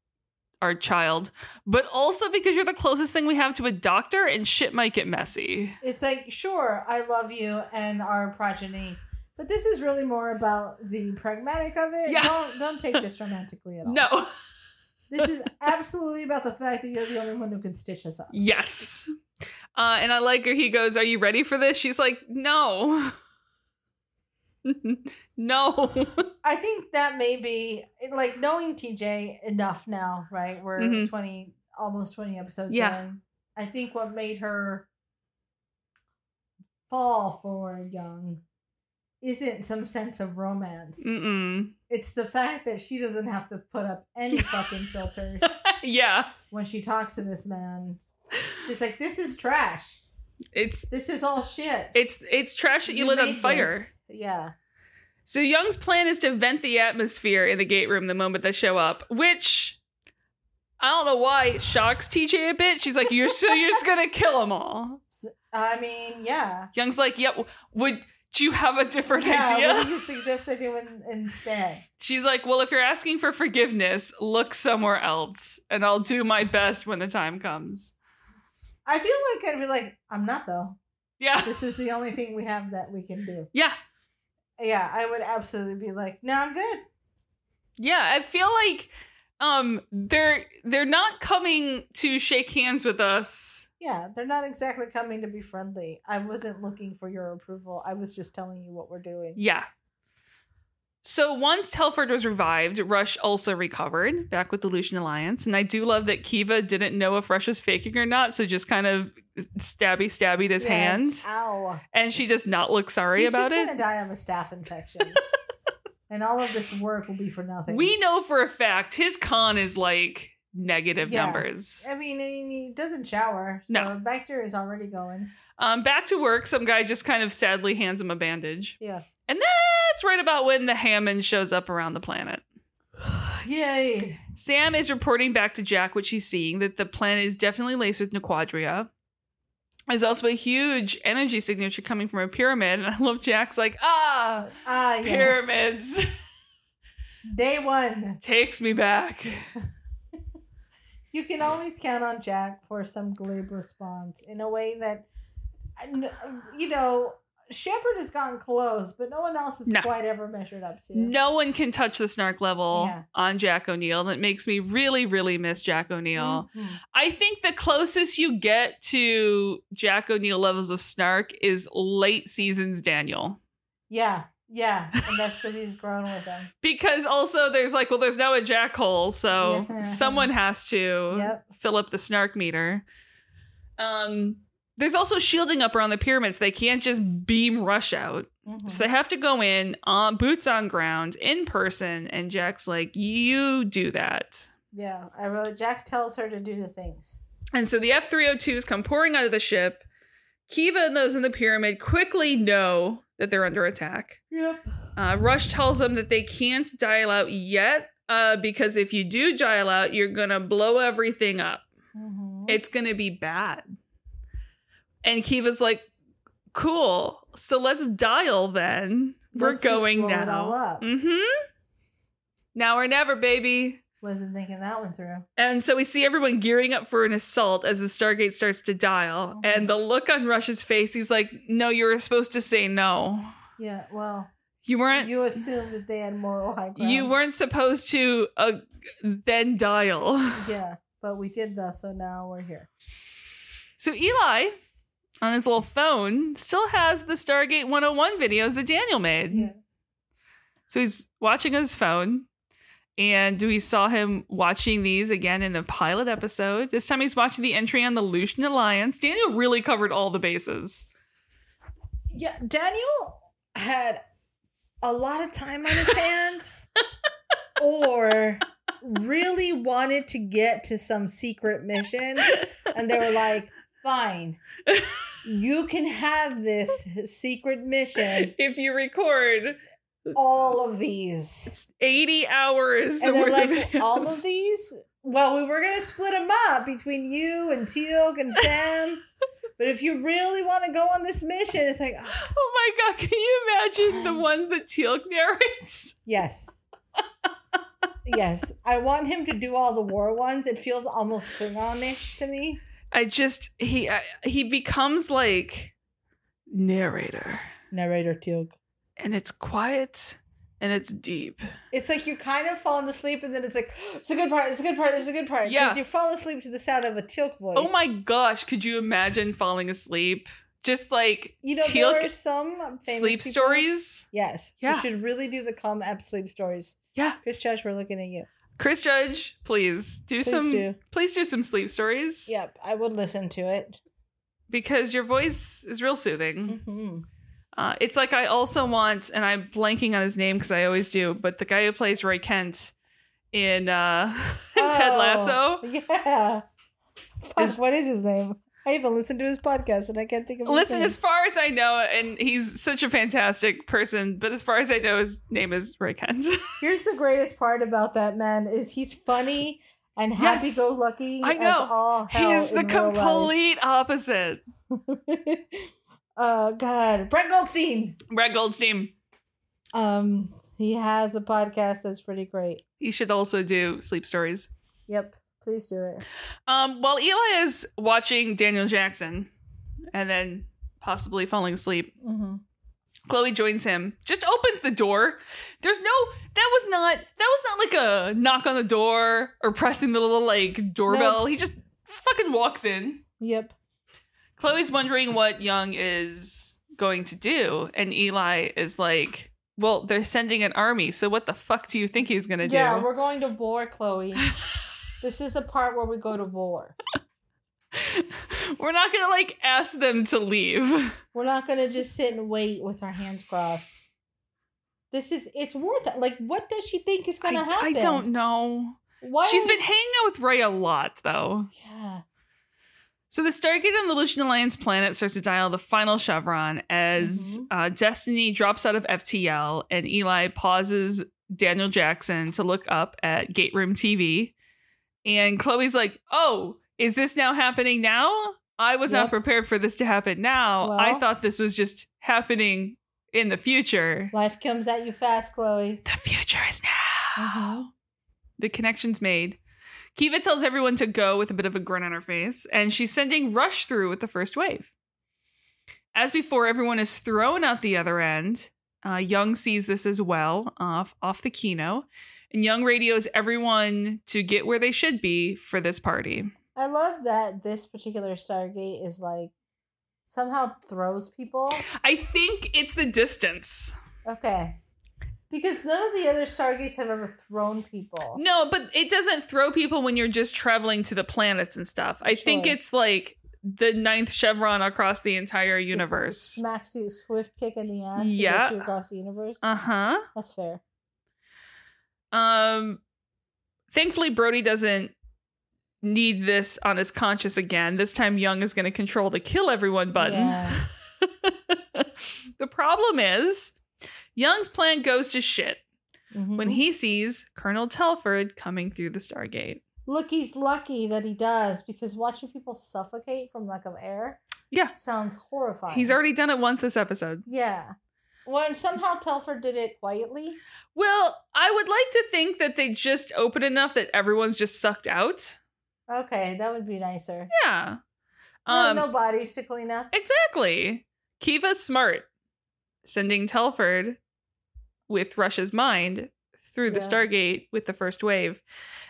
Speaker 2: our child, but also because you're the closest thing we have to a doctor and shit might get messy.
Speaker 3: it's like sure i love you and our progeny but this is really more about the pragmatic of it
Speaker 2: Yeah.
Speaker 3: don't don't take this romantically at all
Speaker 2: No.
Speaker 3: this is absolutely about the fact that you're the only one who can stitch us up
Speaker 2: Yes. Uh, and I like her. He goes, Are you ready for this? She's like, No. no.
Speaker 3: i think that may be like knowing tj enough now right we're
Speaker 2: Mhm.
Speaker 3: 20 almost 20 episodes
Speaker 2: Yeah.
Speaker 3: in i think what made her fall for young isn't some sense of romance.
Speaker 2: Mm-mm.
Speaker 3: It's the fact that she doesn't have to put up any fucking filters
Speaker 2: yeah.
Speaker 3: when she talks to this man. She's like, this is trash.
Speaker 2: It's
Speaker 3: This is all shit.
Speaker 2: it's it's trash that you, lit on
Speaker 3: made
Speaker 2: fire.
Speaker 3: this." Yeah.
Speaker 2: So Young's plan is to vent the atmosphere in the gate room the moment they show up, which I don't know why shocks TJ a bit. She's like, "You're so you're just gonna kill them all."
Speaker 3: I mean, yeah.
Speaker 2: Young's like, "Yep, would do you have a different
Speaker 3: yeah,
Speaker 2: idea?"
Speaker 3: What do you suggest I do in, instead?
Speaker 2: She's like, "Well, if you're asking for forgiveness, look somewhere else, and I'll do my best when the time comes."
Speaker 3: I feel like I'd be like, I'm not though.
Speaker 2: Yeah,
Speaker 3: This is the only thing we have that we can do.
Speaker 2: yeah,
Speaker 3: Yeah, I would absolutely be like, no, I'm good.
Speaker 2: yeah. I feel like um they're they're not coming to shake hands with us.
Speaker 3: Yeah, they're not exactly coming to be friendly. I wasn't looking for your approval. I was just telling you what we're doing.
Speaker 2: Yeah. So once Telford was revived, Rush also recovered back with the Lucian Alliance. And I do love that Kiva didn't know if Rush was faking or not, so just kind of stabby stabbied his
Speaker 3: Yeah,
Speaker 2: hand.
Speaker 3: Ow.
Speaker 2: And she does not look sorry
Speaker 3: He's
Speaker 2: about
Speaker 3: just gonna
Speaker 2: it.
Speaker 3: die of a staph infection. and all of this work will be for nothing.
Speaker 2: We know for a fact his con is like negative
Speaker 3: Yeah.
Speaker 2: numbers.
Speaker 3: I mean, and he doesn't shower, so
Speaker 2: No.
Speaker 3: bacteria is already going.
Speaker 2: Um, back to work, some guy just kind of sadly hands him a bandage.
Speaker 3: Yeah.
Speaker 2: And that's right about when the Hammond shows up around the planet.
Speaker 3: Yay.
Speaker 2: Sam is reporting back to Jack what she's seeing that the planet is definitely laced with Nequadria. There's also a huge energy signature coming from a pyramid, and I love Jack's like, ah,
Speaker 3: Ah, yes.
Speaker 2: pyramids
Speaker 3: Day one.
Speaker 2: takes me back.
Speaker 3: You can always count on Jack for some glib response in a way that, you know, Shepard has gotten close, but no one else has
Speaker 2: No.
Speaker 3: quite ever measured up to.
Speaker 2: No one can touch the snark level
Speaker 3: Yeah.
Speaker 2: on Jack O'Neill, and it makes me really, really miss Jack O'Neill.
Speaker 3: Mhm.
Speaker 2: I think the closest you get to Jack O'Neill levels of snark is late seasons Daniel.
Speaker 3: Yeah, yeah. And that's because he's grown with him.
Speaker 2: because also there's like well there's now a jack hole so
Speaker 3: Yeah.
Speaker 2: someone has to
Speaker 3: Yep.
Speaker 2: fill up the snark meter um there's also shielding up around the pyramids they can't just beam rush out
Speaker 3: Mhm.
Speaker 2: so they have to go in on boots on ground in person and jack's like you do that
Speaker 3: Yeah, I wrote Jack tells her to do the things.
Speaker 2: and so the f-302s come pouring out of the ship kiva and those in the pyramid quickly know that they're under attack
Speaker 3: Yep.
Speaker 2: Uh, Rush tells them that they can't dial out yet uh, because if you do dial out, you're going to blow everything up.
Speaker 3: hmm
Speaker 2: It's going to be bad. And Kiva's like, cool. So let's dial then. We're
Speaker 3: Let's just
Speaker 2: going
Speaker 3: blow it all
Speaker 2: now.
Speaker 3: up.
Speaker 2: hmm Now or never, baby.
Speaker 3: Wasn't thinking that one through.
Speaker 2: And so we see everyone gearing up for an assault as the Stargate starts to dial.
Speaker 3: Mhm.
Speaker 2: And the look on Rush's face, he's like, no, you were supposed to say no.
Speaker 3: Yeah, well,
Speaker 2: You weren't.
Speaker 3: you assumed that they had moral high ground.
Speaker 2: Uh, You weren't supposed to uh, then dial.
Speaker 3: Yeah, but we did though, so now we're here.
Speaker 2: So Eli, on his little phone, still has the Stargate 101 videos that Daniel made.
Speaker 3: Yeah.
Speaker 2: So he's watching his phone. And we saw him watching these again in the pilot episode. This time he's watching the entry on the Lucian Alliance. Daniel really covered all the bases.
Speaker 3: Yeah, Daniel had a lot of time on his hands or really wanted to get to some secret mission. And they were like, fine, you can have this secret mission,
Speaker 2: If you record
Speaker 3: all of these.
Speaker 2: it's 80 hours
Speaker 3: And they're
Speaker 2: worth of
Speaker 3: like,
Speaker 2: videos.
Speaker 3: all of these? Well, we were going to split them up between you and Teal'c and Sam. But if you really want to go on this mission, it's like, "Ah,
Speaker 2: Oh my god, can you imagine the ones that Teal'c narrates?
Speaker 3: Yes. yes. I want him to do all the war ones. It feels almost Klingonish to me.
Speaker 2: I just he I, he becomes like narrator
Speaker 3: Narrator Teal'c.
Speaker 2: and it's quiet and it's deep.
Speaker 3: It's like you're kind of falling asleep, and then it's like, it's a good part, it's a good part, it's a good part.
Speaker 2: Yeah.
Speaker 3: Because you fall asleep to the sound of a Teal'c voice.
Speaker 2: Oh my gosh, could you imagine falling asleep just like
Speaker 3: You know,
Speaker 2: Teal'c
Speaker 3: there are some famous
Speaker 2: sleep
Speaker 3: people-
Speaker 2: stories?
Speaker 3: Yes.
Speaker 2: Yeah.
Speaker 3: You should really do the calm app sleep stories.
Speaker 2: Yeah.
Speaker 3: Chris Josh, we're looking at you.
Speaker 2: Chris Judge, please do
Speaker 3: Please
Speaker 2: some
Speaker 3: do.
Speaker 2: please do some sleep stories.
Speaker 3: Yep. I would listen to it.
Speaker 2: because your voice is real soothing.
Speaker 3: Mhm.
Speaker 2: Uh, it's like I also want, and I'm blanking on his name because I always do, but the guy who plays Roy Kent in uh, Ted
Speaker 3: Oh,
Speaker 2: Lasso.
Speaker 3: Yeah. Fuck,
Speaker 2: Is-
Speaker 3: what is his name? I even listened to his podcast and I can't think of his
Speaker 2: Listen,
Speaker 3: name.
Speaker 2: as far as I know, and he's such a fantastic person, but as far as I know, his name is Roy Kent.
Speaker 3: Here's the greatest part about that man is he's funny and
Speaker 2: Yes.
Speaker 3: happy-go-lucky.
Speaker 2: I
Speaker 3: As
Speaker 2: know.
Speaker 3: all hell
Speaker 2: he's the
Speaker 3: in real life.
Speaker 2: complete opposite.
Speaker 3: oh God, Brett Goldstein.
Speaker 2: Brad Goldstein.
Speaker 3: Um, he has a podcast that's pretty great.
Speaker 2: He should also do sleep stories.
Speaker 3: Yep, please do it.
Speaker 2: Um, while Eli is watching Daniel Jackson and then possibly falling asleep,
Speaker 3: hmm
Speaker 2: Chloe joins him, just opens the door. There's no that was not that was not like a knock on the door or pressing the little like doorbell. He just fucking walks in.
Speaker 3: Yep.
Speaker 2: Chloe's wondering what Young is going to do, and Eli is like, Well, they're sending an army, so what the fuck do you think he's gonna
Speaker 3: Yeah,
Speaker 2: do?
Speaker 3: we're going to war, Chloe. this is the part where we go to war.
Speaker 2: We're not gonna like ask them to leave.
Speaker 3: We're not gonna just sit and wait with our hands crossed. This is it's war time. Like, what does she think is
Speaker 2: I,
Speaker 3: gonna happen?
Speaker 2: I don't know.
Speaker 3: Why
Speaker 2: She's
Speaker 3: are
Speaker 2: been
Speaker 3: we-
Speaker 2: hanging out with Ray a lot, though.
Speaker 3: Yeah.
Speaker 2: So the Stargate on the Lucian Alliance planet starts to dial the final chevron as
Speaker 3: Mhm.
Speaker 2: uh, Destiny drops out of FTL and Eli pauses Daniel Jackson to look up at Gate Room TV. And Chloe's like, Oh, is this now happening now? I was
Speaker 3: Yep.
Speaker 2: not prepared for this to happen now. I
Speaker 3: Well-
Speaker 2: thought this was just happening in the future.
Speaker 3: Life comes at you fast, Chloe.
Speaker 2: The future is now. The connection's made. Kiva tells everyone to go with a bit of a grin on her face, and she's sending Rush through with the first wave. As before, everyone is thrown out the other end. Uh, Young sees this as well off, off the Kino, and Young radios everyone to get where they should be for this party.
Speaker 3: I love that this particular Stargate is like somehow throws people.
Speaker 2: I think it's the distance.
Speaker 3: Okay. Because none of the other Stargates have ever thrown people.
Speaker 2: No, but it doesn't throw people when you're just traveling to the planets and stuff. I think
Speaker 3: Sure.
Speaker 2: it's like the ninth chevron across the entire universe.
Speaker 3: Max do a swift kick in the ass.
Speaker 2: Yeah.
Speaker 3: Yeah. Across the universe.
Speaker 2: Uh huh.
Speaker 3: That's fair.
Speaker 2: Um, thankfully, Brody doesn't need this on his conscience again. This time, Young is going to control the kill everyone button.
Speaker 3: Yeah.
Speaker 2: the problem is, Young's plan goes to shit
Speaker 3: Mhm.
Speaker 2: when he sees Colonel Telford coming through the Stargate.
Speaker 3: Look, he's lucky that he does because watching people suffocate from lack of air.
Speaker 2: Yeah.
Speaker 3: Sounds horrifying.
Speaker 2: He's already done it once this episode.
Speaker 3: Yeah. Well, and somehow Telford did it quietly.
Speaker 2: Well, I would like to think that they just open enough that everyone's just sucked out.
Speaker 3: Okay, that would be nicer.
Speaker 2: Yeah. Um,
Speaker 3: No- no bodies to clean up.
Speaker 2: Exactly. Kiva's smart, sending Telford with Rush's mind through the
Speaker 3: Yeah.
Speaker 2: Stargate with the first wave.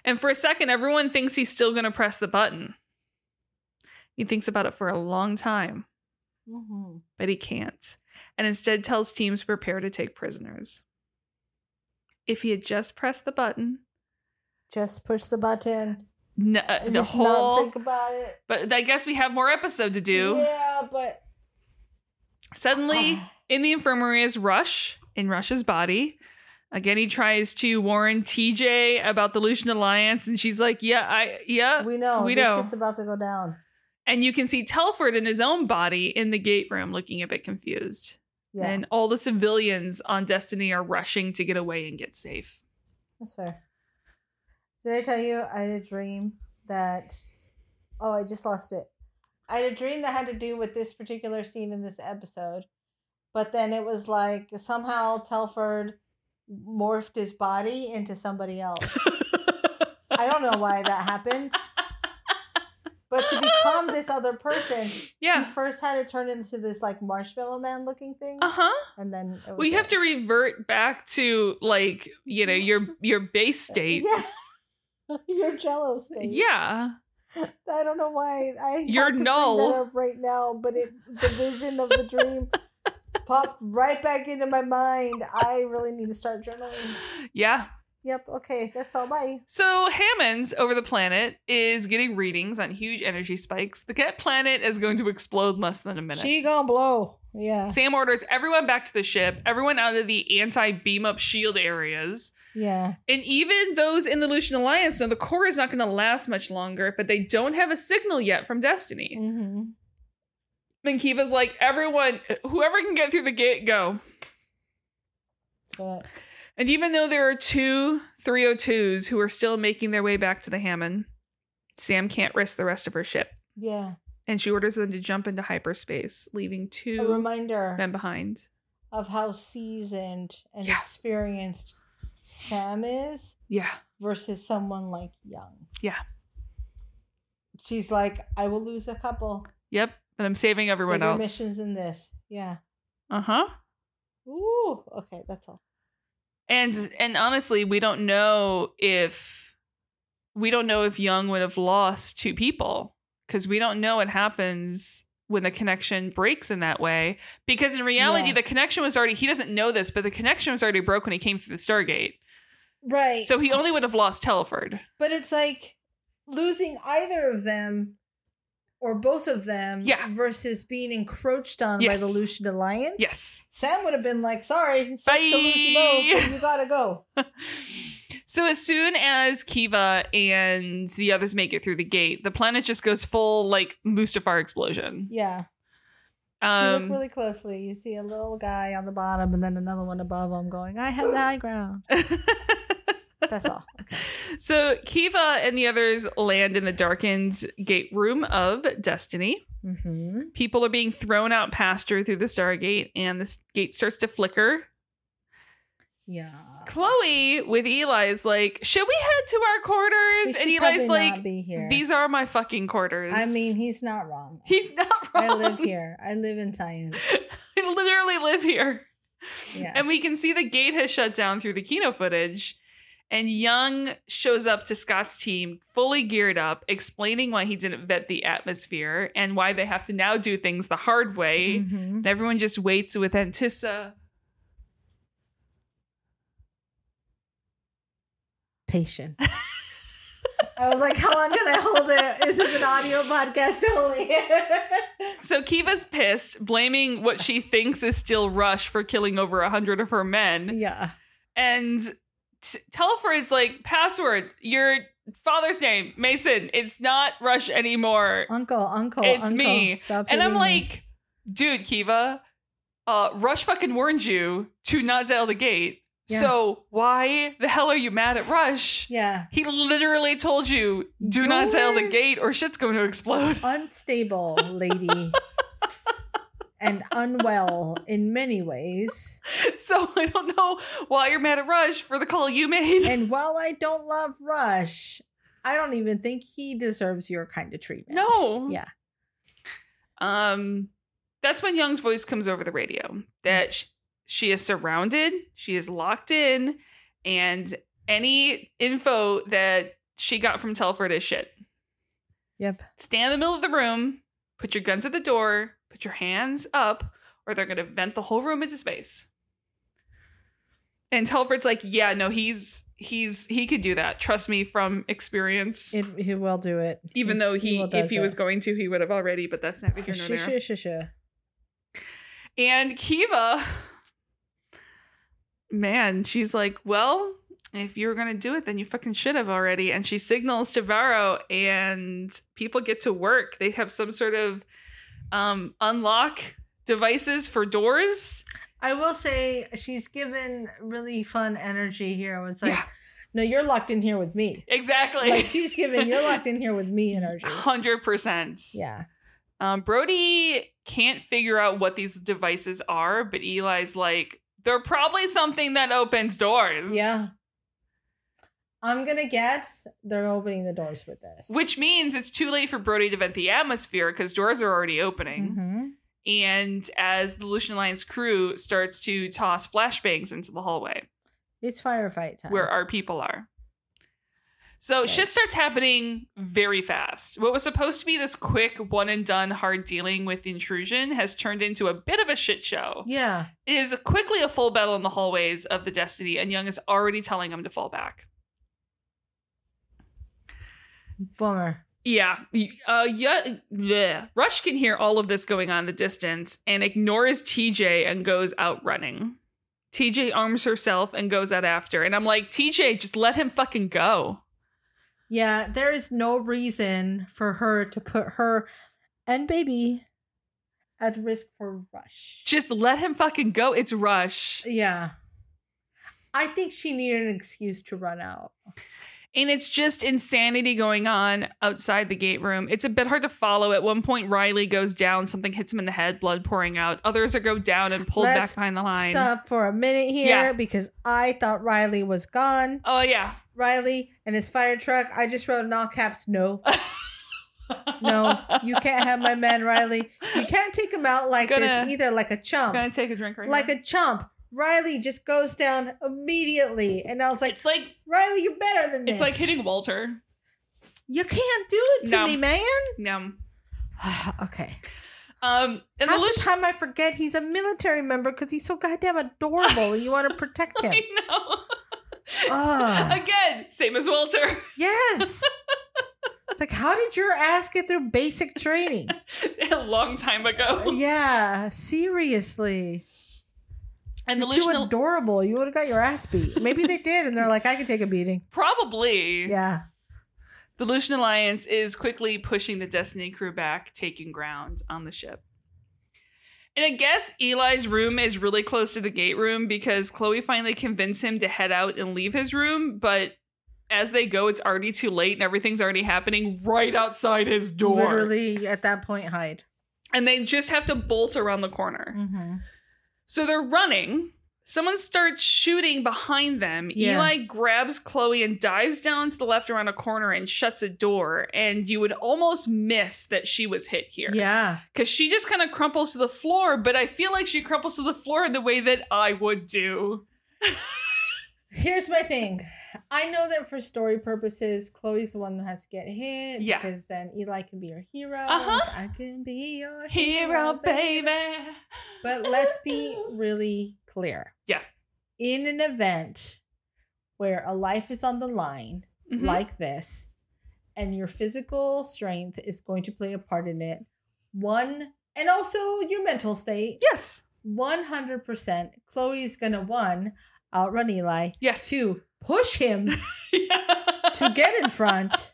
Speaker 2: And for a second, everyone thinks he's still going to press the button. He thinks about it for a long time,
Speaker 3: hmm
Speaker 2: but he can't, and instead tells teams to prepare to take prisoners. If he had just pressed the button,
Speaker 3: Just push the button.
Speaker 2: n- uh,
Speaker 3: and
Speaker 2: the
Speaker 3: just not
Speaker 2: whole.
Speaker 3: think about it.
Speaker 2: But I guess we have more episode to do.
Speaker 3: Yeah, but
Speaker 2: Suddenly,
Speaker 3: Ah.
Speaker 2: in the infirmary is Rush in Rush's body. Again, he tries to warn TJ about the Lucian Alliance, and she's like, "Yeah, I, yeah."
Speaker 3: we know
Speaker 2: Uh, we
Speaker 3: this
Speaker 2: know.
Speaker 3: shit's about to go down.
Speaker 2: And you can see Telford in his own body in the gate room, looking a bit confused.
Speaker 3: Yeah,
Speaker 2: And all the civilians on Destiny are rushing to get away and get safe.
Speaker 3: that's fair. Did I tell you I had a dream that? Oh, I just lost it. I had a dream that had to do with this particular scene in this episode, but then it was like somehow Telford morphed his body into somebody else. I don't know why that happened. But to become this other person, he
Speaker 2: yeah.
Speaker 3: first had to turn into this like marshmallow man looking thing,
Speaker 2: Uh huh.
Speaker 3: and then it was
Speaker 2: Well, you have
Speaker 3: it.
Speaker 2: to revert back to like you know your your base state.
Speaker 3: Yeah, your Jello state.
Speaker 2: Yeah.
Speaker 3: I don't know why I.
Speaker 2: You're
Speaker 3: had to bring
Speaker 2: null.
Speaker 3: that up right now, but it the vision of the dream popped right back into my mind. I really need to start journaling.
Speaker 2: Yeah.
Speaker 3: Yep. Okay. That's all. Bye.
Speaker 2: So Hammond's over the planet is getting readings on huge energy spikes. The cat planet is going to explode in less than a minute.
Speaker 3: She gonna blow. Yeah.
Speaker 2: Sam orders everyone back to the ship, everyone out of the anti beam up shield areas.
Speaker 3: Yeah.
Speaker 2: And even those in the Lucian Alliance know the core is not going to last much longer, but they don't have a signal yet from Destiny.
Speaker 3: Mm-hmm.
Speaker 2: And Kiva's like, everyone, whoever can get through the gate, go.
Speaker 3: But
Speaker 2: And even though there are two 302s who are still making their way back to the Hammond, Sam can't risk the rest of her ship.
Speaker 3: yeah.
Speaker 2: And she orders them to jump into hyperspace, leaving
Speaker 3: A
Speaker 2: two
Speaker 3: reminder
Speaker 2: men behind.
Speaker 3: of how seasoned and
Speaker 2: Yeah.
Speaker 3: experienced Sam is
Speaker 2: Yeah.
Speaker 3: versus someone like Young.
Speaker 2: Yeah.
Speaker 3: She's like, I will lose a couple
Speaker 2: Yep. But I'm saving everyone
Speaker 3: bigger
Speaker 2: else.
Speaker 3: missions in this. Yeah.
Speaker 2: Uh huh.
Speaker 3: Ooh. Okay. That's all.
Speaker 2: And and honestly, we don't know if we don't know if Young would have lost two people because we don't know what happens when the connection breaks in that way. Because in reality,
Speaker 3: Yeah.
Speaker 2: the connection was already he doesn't know this, but the connection was already broke when he came through the Stargate.
Speaker 3: Right.
Speaker 2: So he only would have lost Telford.
Speaker 3: But it's like losing either of them or both of them
Speaker 2: Yeah.
Speaker 3: versus being encroached on by
Speaker 2: Yes.
Speaker 3: the Lucian Alliance.
Speaker 2: Yes.
Speaker 3: Sam would have been like, sorry, sucks to lose you both, but you gotta go.
Speaker 2: So as soon as Kiva and the others make it through the gate, the planet just goes full like Mustafar explosion.
Speaker 3: Yeah. If you
Speaker 2: Um,
Speaker 3: look really closely, you see a little guy on the bottom and then another one above him going, I have the high ground. That's all.
Speaker 2: So Kiva and the others land in the darkened gate room of Destiny.
Speaker 3: Mm-hmm.
Speaker 2: People are being thrown out past her through the Stargate, and the s- gate starts to flicker.
Speaker 3: Yeah.
Speaker 2: Chloe with Eli is like, "Should we head to our
Speaker 3: He
Speaker 2: quarters?"
Speaker 3: should
Speaker 2: And Eli's
Speaker 3: probably
Speaker 2: like,
Speaker 3: not be here.
Speaker 2: "These are my fucking quarters."
Speaker 3: I mean, he's not wrong.
Speaker 2: he's not wrong.
Speaker 3: I live here. I live in Tyen.
Speaker 2: I literally live here.
Speaker 3: Yeah.
Speaker 2: And we can see the gate has shut down through the Kino footage. And Young shows up to Scott's team fully geared up, explaining why he didn't vet the atmosphere and why they have to now do things the hard way.
Speaker 3: Mhm.
Speaker 2: And everyone just waits with Antissa.
Speaker 3: patient. I was like, how long can I hold it? This is an audio podcast only.
Speaker 2: So Kiva's pissed, blaming what she thinks is still Rush for killing over a hundred of her men.
Speaker 3: yeah.
Speaker 2: And t- Telfer is like, password, your father's name, Mason. It's not Rush anymore.
Speaker 3: Uncle, uncle,
Speaker 2: It's
Speaker 3: uncle.
Speaker 2: me.
Speaker 3: Stop
Speaker 2: And I'm
Speaker 3: hitting me.
Speaker 2: like, dude, Kiva, uh, Rush fucking warned you to not dial the gate.
Speaker 3: Yeah.
Speaker 2: So why the hell are you mad at Rush?
Speaker 3: yeah,
Speaker 2: He literally told you, do not dial the
Speaker 3: You're-
Speaker 2: gate or shit's going to explode.
Speaker 3: unstable lady and unwell in many ways.
Speaker 2: So I don't know why you're mad at Rush for the call you made.
Speaker 3: And while I don't love Rush, I don't even think he deserves your kind of treatment.
Speaker 2: No.
Speaker 3: Yeah.
Speaker 2: Um, that's when Young's voice comes over the radio that sh- she is surrounded, she is locked in, and any info that she got from Telford is shit.
Speaker 3: Yep.
Speaker 2: stand in the middle of the room, put your guns at the door, put your hands up, or they're going to vent the whole room into space. And Telford's like, yeah, no, he's he's he could do that. Trust me from experience.
Speaker 3: It, he will do it.
Speaker 2: Even though he,
Speaker 3: will
Speaker 2: if
Speaker 3: does
Speaker 2: he
Speaker 3: it.
Speaker 2: was going to, he would have already. But that's neither here nor
Speaker 3: Shh,
Speaker 2: there.
Speaker 3: shh, shh, shh.
Speaker 2: And Kiva, man, she's like, well, if you were going to do it, then you fucking should have already. And she signals to Varro, and people get to work. They have some sort of um, unlock devices for doors.
Speaker 3: I will say she's given really fun energy here. It's like,
Speaker 2: Yeah.
Speaker 3: no, you're locked in here with me.
Speaker 2: Exactly.
Speaker 3: Like she's given you're locked in here with me energy.
Speaker 2: 100%.
Speaker 3: Yeah.
Speaker 2: Um, Brody can't figure out what these devices are, but Eli's like, they're probably something that opens doors.
Speaker 3: Yeah. I'm gonna guess they're opening the doors with this.
Speaker 2: Which means it's too late for Brody to vent the atmosphere because doors are already opening.
Speaker 3: Mhm.
Speaker 2: And as the Lucian Alliance crew starts to toss flashbangs into the hallway
Speaker 3: it's firefight time.
Speaker 2: where our people are. So
Speaker 3: Yes.
Speaker 2: shit starts happening very fast. What was supposed to be this quick one and done hard dealing with intrusion has turned into a bit of a shit show.
Speaker 3: Yeah.
Speaker 2: It is quickly a full battle in the hallways of the Destiny, and Young is already telling him to fall back.
Speaker 3: Bummer.
Speaker 2: Yeah. Uh, yeah. bleh. Rush can hear all of this going on in the distance and ignores TJ and goes out running. TJ arms herself and goes out after. And I'm like, TJ, just let him fucking go.
Speaker 3: Yeah, there is no reason for her to put her and baby at risk for Rush.
Speaker 2: Just let him fucking go. It's Rush.
Speaker 3: yeah. I think she needed an excuse to run out.
Speaker 2: And it's just insanity going on outside the gate room. It's a bit hard to follow. At one point, Riley goes down, something hits him in the head, blood pouring out. Others are go down and pulled back
Speaker 3: Let's
Speaker 2: behind the line.
Speaker 3: Stop for a minute here
Speaker 2: Yeah.
Speaker 3: because I thought Riley was gone.
Speaker 2: Oh, yeah.
Speaker 3: Riley and his fire truck. I just wrote in all caps, no, no, you can't have my man, Riley. You can't take him out like
Speaker 2: Gonna-
Speaker 3: this either, like a chump.
Speaker 2: Gonna take a drink right
Speaker 3: like
Speaker 2: now.
Speaker 3: a chump. Riley just goes down immediately. And I was like,
Speaker 2: it's like
Speaker 3: Riley, you're better than this.
Speaker 2: It's like hitting Walter.
Speaker 3: You can't do it to
Speaker 2: No.
Speaker 3: me, man.
Speaker 2: No.
Speaker 3: okay.
Speaker 2: Um, and the
Speaker 3: Half the
Speaker 2: Lush-
Speaker 3: time I forget he's a military member because he's so goddamn adorable and you want to protect him.
Speaker 2: I know.
Speaker 3: Ugh.
Speaker 2: Again, same as Walter.
Speaker 3: yes. It's like, how did your ass get through basic training?
Speaker 2: a long time ago.
Speaker 3: yeah, seriously.
Speaker 2: And the
Speaker 3: You're too
Speaker 2: Lucian
Speaker 3: adorable. You would have got your ass beat. Maybe they did, and they're like, I can take a beating.
Speaker 2: probably
Speaker 3: Yeah.
Speaker 2: the Lucian Alliance is quickly pushing the Destiny crew back, taking ground on the ship. And I guess Eli's room is really close to the gate room because Chloe finally convinced him to head out and leave his room, but as they go, it's already too late and everything's already happening right outside his door.
Speaker 3: Literally, at that point, hide.
Speaker 2: And they just have to bolt around the corner.
Speaker 3: Mm-hmm.
Speaker 2: So they're running. Someone starts shooting behind them.
Speaker 3: Yeah.
Speaker 2: Eli grabs Chloe and dives down to the left around a corner and shuts a door. And you would almost miss that she was hit here.
Speaker 3: Yeah.
Speaker 2: Because she just kind of crumples to the floor, but I feel like she crumples to the floor in the way that I would do.
Speaker 3: Here's my thing. I know that for story purposes, Chloe's the one that has to get hit.
Speaker 2: Yeah.
Speaker 3: Because then Eli can be your hero.
Speaker 2: Uh-huh.
Speaker 3: I can be your
Speaker 2: Hero, oh, baby.
Speaker 3: But let's be really clear.
Speaker 2: Yeah.
Speaker 3: In an event where a life is on the line,
Speaker 2: Mhm.
Speaker 3: like this, and your physical strength is going to play a part in it, one, and also your mental state,
Speaker 2: yes.
Speaker 3: 100%, Chloe's going to one, outrun Eli,
Speaker 2: Yes.
Speaker 3: two, push him to get in front.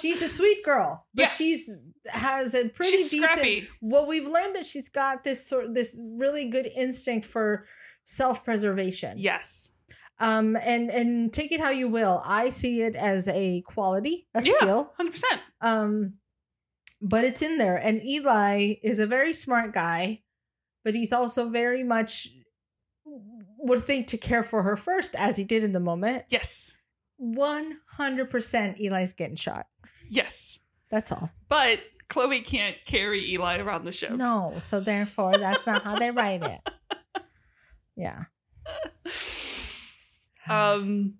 Speaker 3: She's a sweet girl, but
Speaker 2: Yeah.
Speaker 3: she's has a pretty
Speaker 2: She's
Speaker 3: decent.
Speaker 2: scrappy.
Speaker 3: Well, we've learned that she's got this sort this really good instinct for self preservation.
Speaker 2: Yes.
Speaker 3: Um, and and take it how you will, I see it as a quality, a
Speaker 2: Yeah.
Speaker 3: skill.
Speaker 2: 100%.
Speaker 3: Um, but it's in there. And Eli is a very smart guy, but he's also very much would think to care for her first, as he did in the moment.
Speaker 2: Yes.
Speaker 3: One hundred percent, Eli's getting shot.
Speaker 2: Yes.
Speaker 3: That's all.
Speaker 2: But Chloe can't carry Eli around the ship.
Speaker 3: No, so therefore, that's not how they write it. Yeah.
Speaker 2: Um,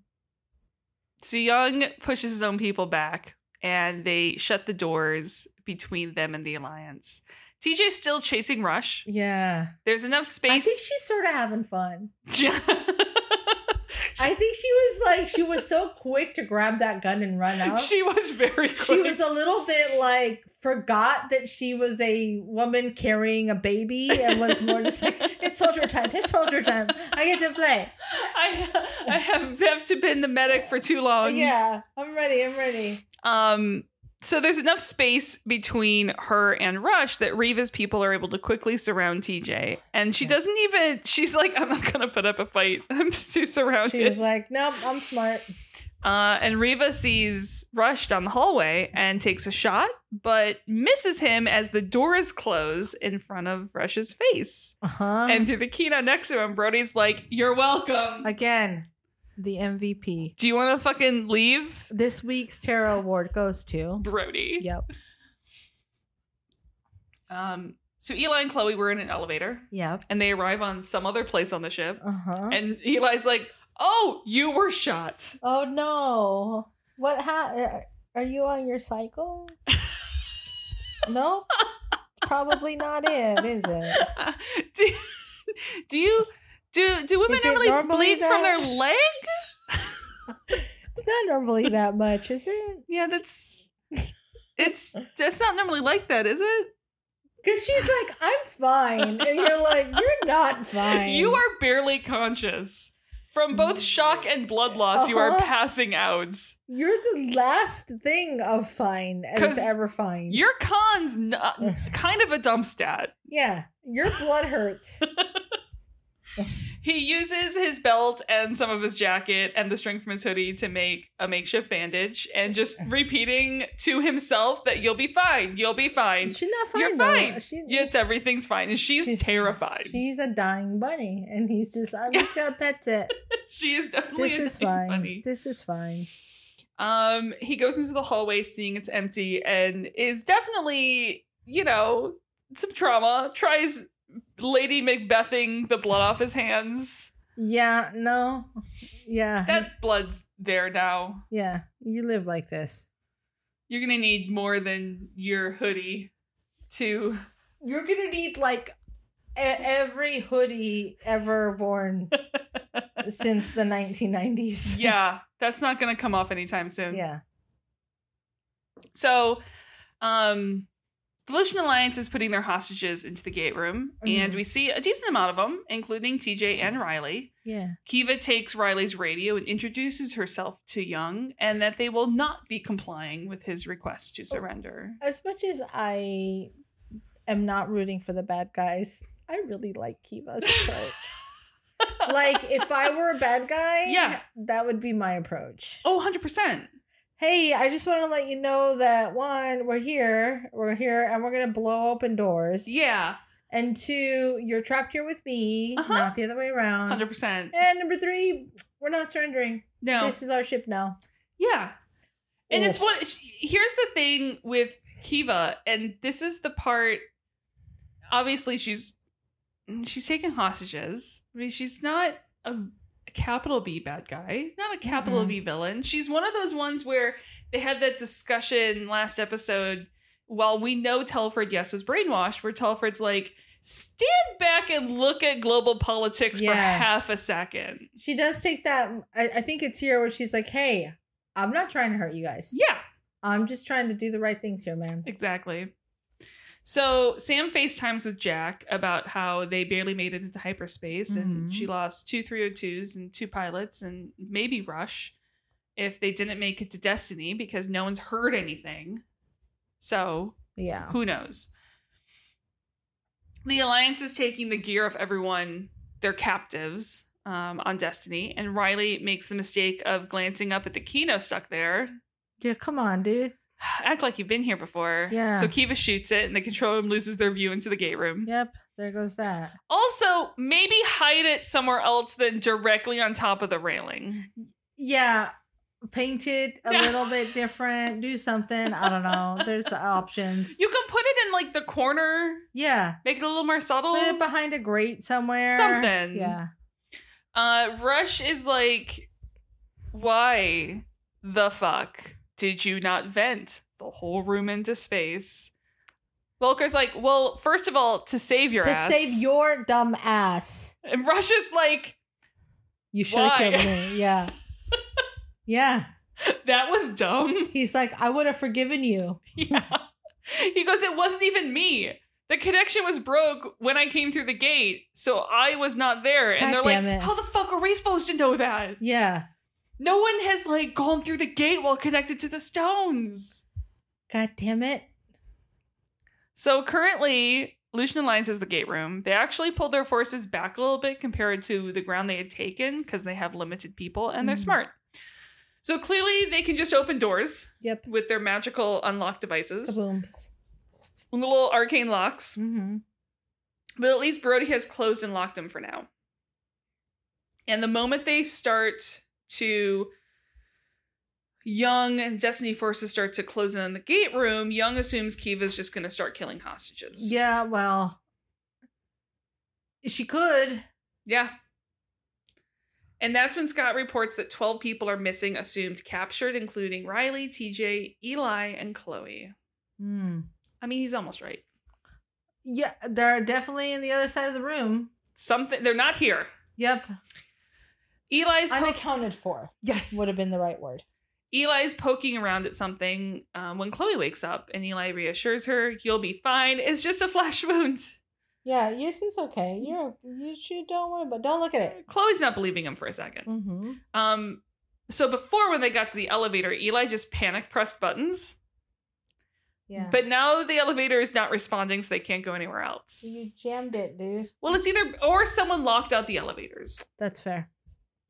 Speaker 2: so Young pushes his own people back, and they shut the doors between them and the alliance. TJ's still chasing Rush.
Speaker 3: Yeah.
Speaker 2: There's enough
Speaker 3: I think
Speaker 2: space.
Speaker 3: she's sort of having fun.
Speaker 2: she-,
Speaker 3: I think she was like, she was so quick to grab that gun and run out. She,
Speaker 2: was very quick.
Speaker 3: was a little bit like, forgot that she was a woman carrying a baby and was more just like, it's soldier time, it's soldier time. I get to play.
Speaker 2: I I have have to been the medic for too long.
Speaker 3: yeah, I'm ready, I'm ready.
Speaker 2: Um, so there's enough space between her and Rush that Reva's people are able to quickly surround TJ. And she
Speaker 3: Yeah.
Speaker 2: doesn't even, she's like, I'm not going to put up a fight. I'm just too
Speaker 3: She was
Speaker 2: surrounded.
Speaker 3: like, nope, I'm smart.
Speaker 2: Uh, and Reva sees Rush down the hallway and takes a shot, but misses him as the doors close in front of Rush's face.
Speaker 3: Uh huh.
Speaker 2: and through the keynote next to him, Brody's like, You're welcome.
Speaker 3: Again, the MVP.
Speaker 2: Do you want to fucking leave?
Speaker 3: This week's Tarot Award goes to.
Speaker 2: Brody.
Speaker 3: Yep.
Speaker 2: Um, so Eli and Chloe were in an elevator.
Speaker 3: Yep.
Speaker 2: and they arrive on some other place on the ship.
Speaker 3: Uh huh.
Speaker 2: And Eli's like, "Oh, you were shot."
Speaker 3: Oh no. What? How are- are you on your cycle? nope. Probably not it, is it?
Speaker 2: do, do you do do women
Speaker 3: Is it
Speaker 2: normally
Speaker 3: normally
Speaker 2: bleed from their
Speaker 3: that-
Speaker 2: leg?
Speaker 3: It's not normally that much, is it?
Speaker 2: Yeah, that's it's that's not normally like that, is it?
Speaker 3: Because she's like, I'm fine, and you're like, you're not fine. Mm.
Speaker 2: You are barely conscious. From both shock and blood loss, you are
Speaker 3: Uh-huh.
Speaker 2: passing out.
Speaker 3: You're the last thing of fine as
Speaker 2: 'Cause
Speaker 3: ever fine.
Speaker 2: Your con's not, kind of a dump stat.
Speaker 3: yeah, your blood hurts.
Speaker 2: He uses his belt and some of his jacket and the string from his hoodie to make a makeshift bandage and just repeating to himself that you'll be fine, you'll be fine.
Speaker 3: She's not fine.
Speaker 2: You're
Speaker 3: though.
Speaker 2: fine.
Speaker 3: She's,
Speaker 2: Yes, everything's fine. And she's
Speaker 3: She's-
Speaker 2: terrified.
Speaker 3: she's a dying bunny, and he's just, I'm just gonna pet it.
Speaker 2: she is definitely
Speaker 3: This
Speaker 2: a
Speaker 3: is
Speaker 2: dying
Speaker 3: fine.
Speaker 2: bunny.
Speaker 3: This is fine.
Speaker 2: Um, he goes into the hallway, seeing it's empty, and is definitely, you know, some trauma. Tries Lady Macbething the blood off his hands.
Speaker 3: Yeah, no. Yeah.
Speaker 2: That blood's there now.
Speaker 3: yeah, you live like this.
Speaker 2: You're gonna need more than your hoodie to.
Speaker 3: You're gonna need like e- every hoodie ever worn since the 1990s.
Speaker 2: Yeah, that's not gonna come off anytime soon.
Speaker 3: Yeah.
Speaker 2: So, um, the Lucian Alliance is putting their hostages into the gate room, and
Speaker 3: Mhm.
Speaker 2: we see a decent amount of them, including TJ and Riley.
Speaker 3: Yeah.
Speaker 2: Kiva takes Riley's radio and introduces herself to Young, and that they will not be complying with his request to surrender.
Speaker 3: As much as I am not rooting for the bad guys, I really like Kiva's approach. like if I were a bad guy,
Speaker 2: Yeah.
Speaker 3: that would be my approach.
Speaker 2: Oh, 100%.
Speaker 3: Hey, I just want to let you know that one, we're here, we're here, and we're gonna blow open doors.
Speaker 2: Yeah,
Speaker 3: And two, you're trapped here with me,
Speaker 2: Uh-huh.
Speaker 3: not the other way around.
Speaker 2: 100%.
Speaker 3: And number three, we're not surrendering.
Speaker 2: No.
Speaker 3: This is our ship now.
Speaker 2: Yeah. And it's
Speaker 3: Ugh.
Speaker 2: what here's the thing with Kiva, and this is the part obviously she's she's taking hostages. I mean, she's not a, a capital B bad guy, not a capital
Speaker 3: Mhm.
Speaker 2: V villain. She's one of those ones where they had that discussion last episode. While we know Telford, yes, was brainwashed, where Telford's like, stand back and look at global politics for
Speaker 3: Yeah.
Speaker 2: half a second.
Speaker 3: She does take that. I, I think it's here where she's like, "Hey, I'm not trying to hurt you guys.
Speaker 2: Yeah.
Speaker 3: I'm just trying to do the right things here, man."
Speaker 2: Exactly. So Sam FaceTimes with Jack about how they barely made it into hyperspace and
Speaker 3: Mhm.
Speaker 2: she lost two 302s and two pilots and maybe Rush if they didn't make it to Destiny because no one's heard anything. So
Speaker 3: Yeah.
Speaker 2: who knows? The Alliance is taking the gear of everyone, their captives, um, on Destiny, and Riley makes the mistake of glancing up at the Kino stuck there
Speaker 3: Yeah, come on, dude.
Speaker 2: act like you've been here before.
Speaker 3: Yeah.
Speaker 2: So Kiva shoots it, and the control room loses their view into the gate room.
Speaker 3: Yep, there goes that.
Speaker 2: Also, maybe hide it somewhere else than directly on top of the railing.
Speaker 3: Mm-hmm. Yeah, paint it a
Speaker 2: Yeah.
Speaker 3: little bit different. Do something. I don't know. There's the options.
Speaker 2: You can put it in like the corner,
Speaker 3: yeah,
Speaker 2: make it a little more subtle.
Speaker 3: put it behind a grate somewhere.
Speaker 2: Something.
Speaker 3: Yeah.
Speaker 2: Uh, Rush is like, why the fuck did you not vent the whole room into space? Volker's like, well, first of all, to save your
Speaker 3: to
Speaker 2: ass.
Speaker 3: save your dumb ass,
Speaker 2: and Rush is like,
Speaker 3: you should have
Speaker 2: Why?
Speaker 3: killed me. Yeah. yeah.
Speaker 2: that was dumb.
Speaker 3: He's like, I would have forgiven you.
Speaker 2: yeah. He goes, It wasn't even me. The connection was broke when I came through the gate, so I was not there. And
Speaker 3: God
Speaker 2: they're like,
Speaker 3: damn it.
Speaker 2: How the fuck are we supposed to know that?
Speaker 3: Yeah.
Speaker 2: No one has like gone through the gate while connected to the stones.
Speaker 3: God damn it.
Speaker 2: So currently, Lucian Alliance is the gate room. They actually pulled their forces back a little bit compared to the ground they had taken because they have limited people and they're
Speaker 3: Mhm.
Speaker 2: smart. So clearly, they can just open doors
Speaker 3: Yep.
Speaker 2: with their magical unlock devices,
Speaker 3: Kaboom.
Speaker 2: little arcane locks.
Speaker 3: hmm
Speaker 2: But at least Brody has closed and locked them for now. And the moment they start to Young and Destiny forces start to close in on the gate room, Young assumes Kiva's just going to start killing hostages.
Speaker 3: Yeah, well, she could.
Speaker 2: Yeah. And that's when Scott reports that 12 people are missing, assumed captured, including Riley, TJ, Eli, and Chloe.
Speaker 3: Hmm.
Speaker 2: I mean, he's almost right.
Speaker 3: Yeah, they're definitely in the other side of the room.
Speaker 2: Something they're not here.
Speaker 3: Yep.
Speaker 2: Eli's po-
Speaker 3: Unaccounted for
Speaker 2: yes
Speaker 3: would have been the right word.
Speaker 2: Eli's poking around at something um, when Chloe wakes up, and Eli reassures her, "You'll be fine. It's just a flash wound."
Speaker 3: Yeah, yes, it's okay. You're you should don't worry, but don't look at it.
Speaker 2: Chloe's not believing him for a second.
Speaker 3: Mm-hmm.
Speaker 2: Um, so before when they got to the elevator, Eli just panic pressed buttons,
Speaker 3: Yeah.
Speaker 2: but now the elevator is not responding, so they can't go anywhere else.
Speaker 3: you jammed it, dude.
Speaker 2: Well, it's either or someone locked out the elevators.
Speaker 3: That's fair.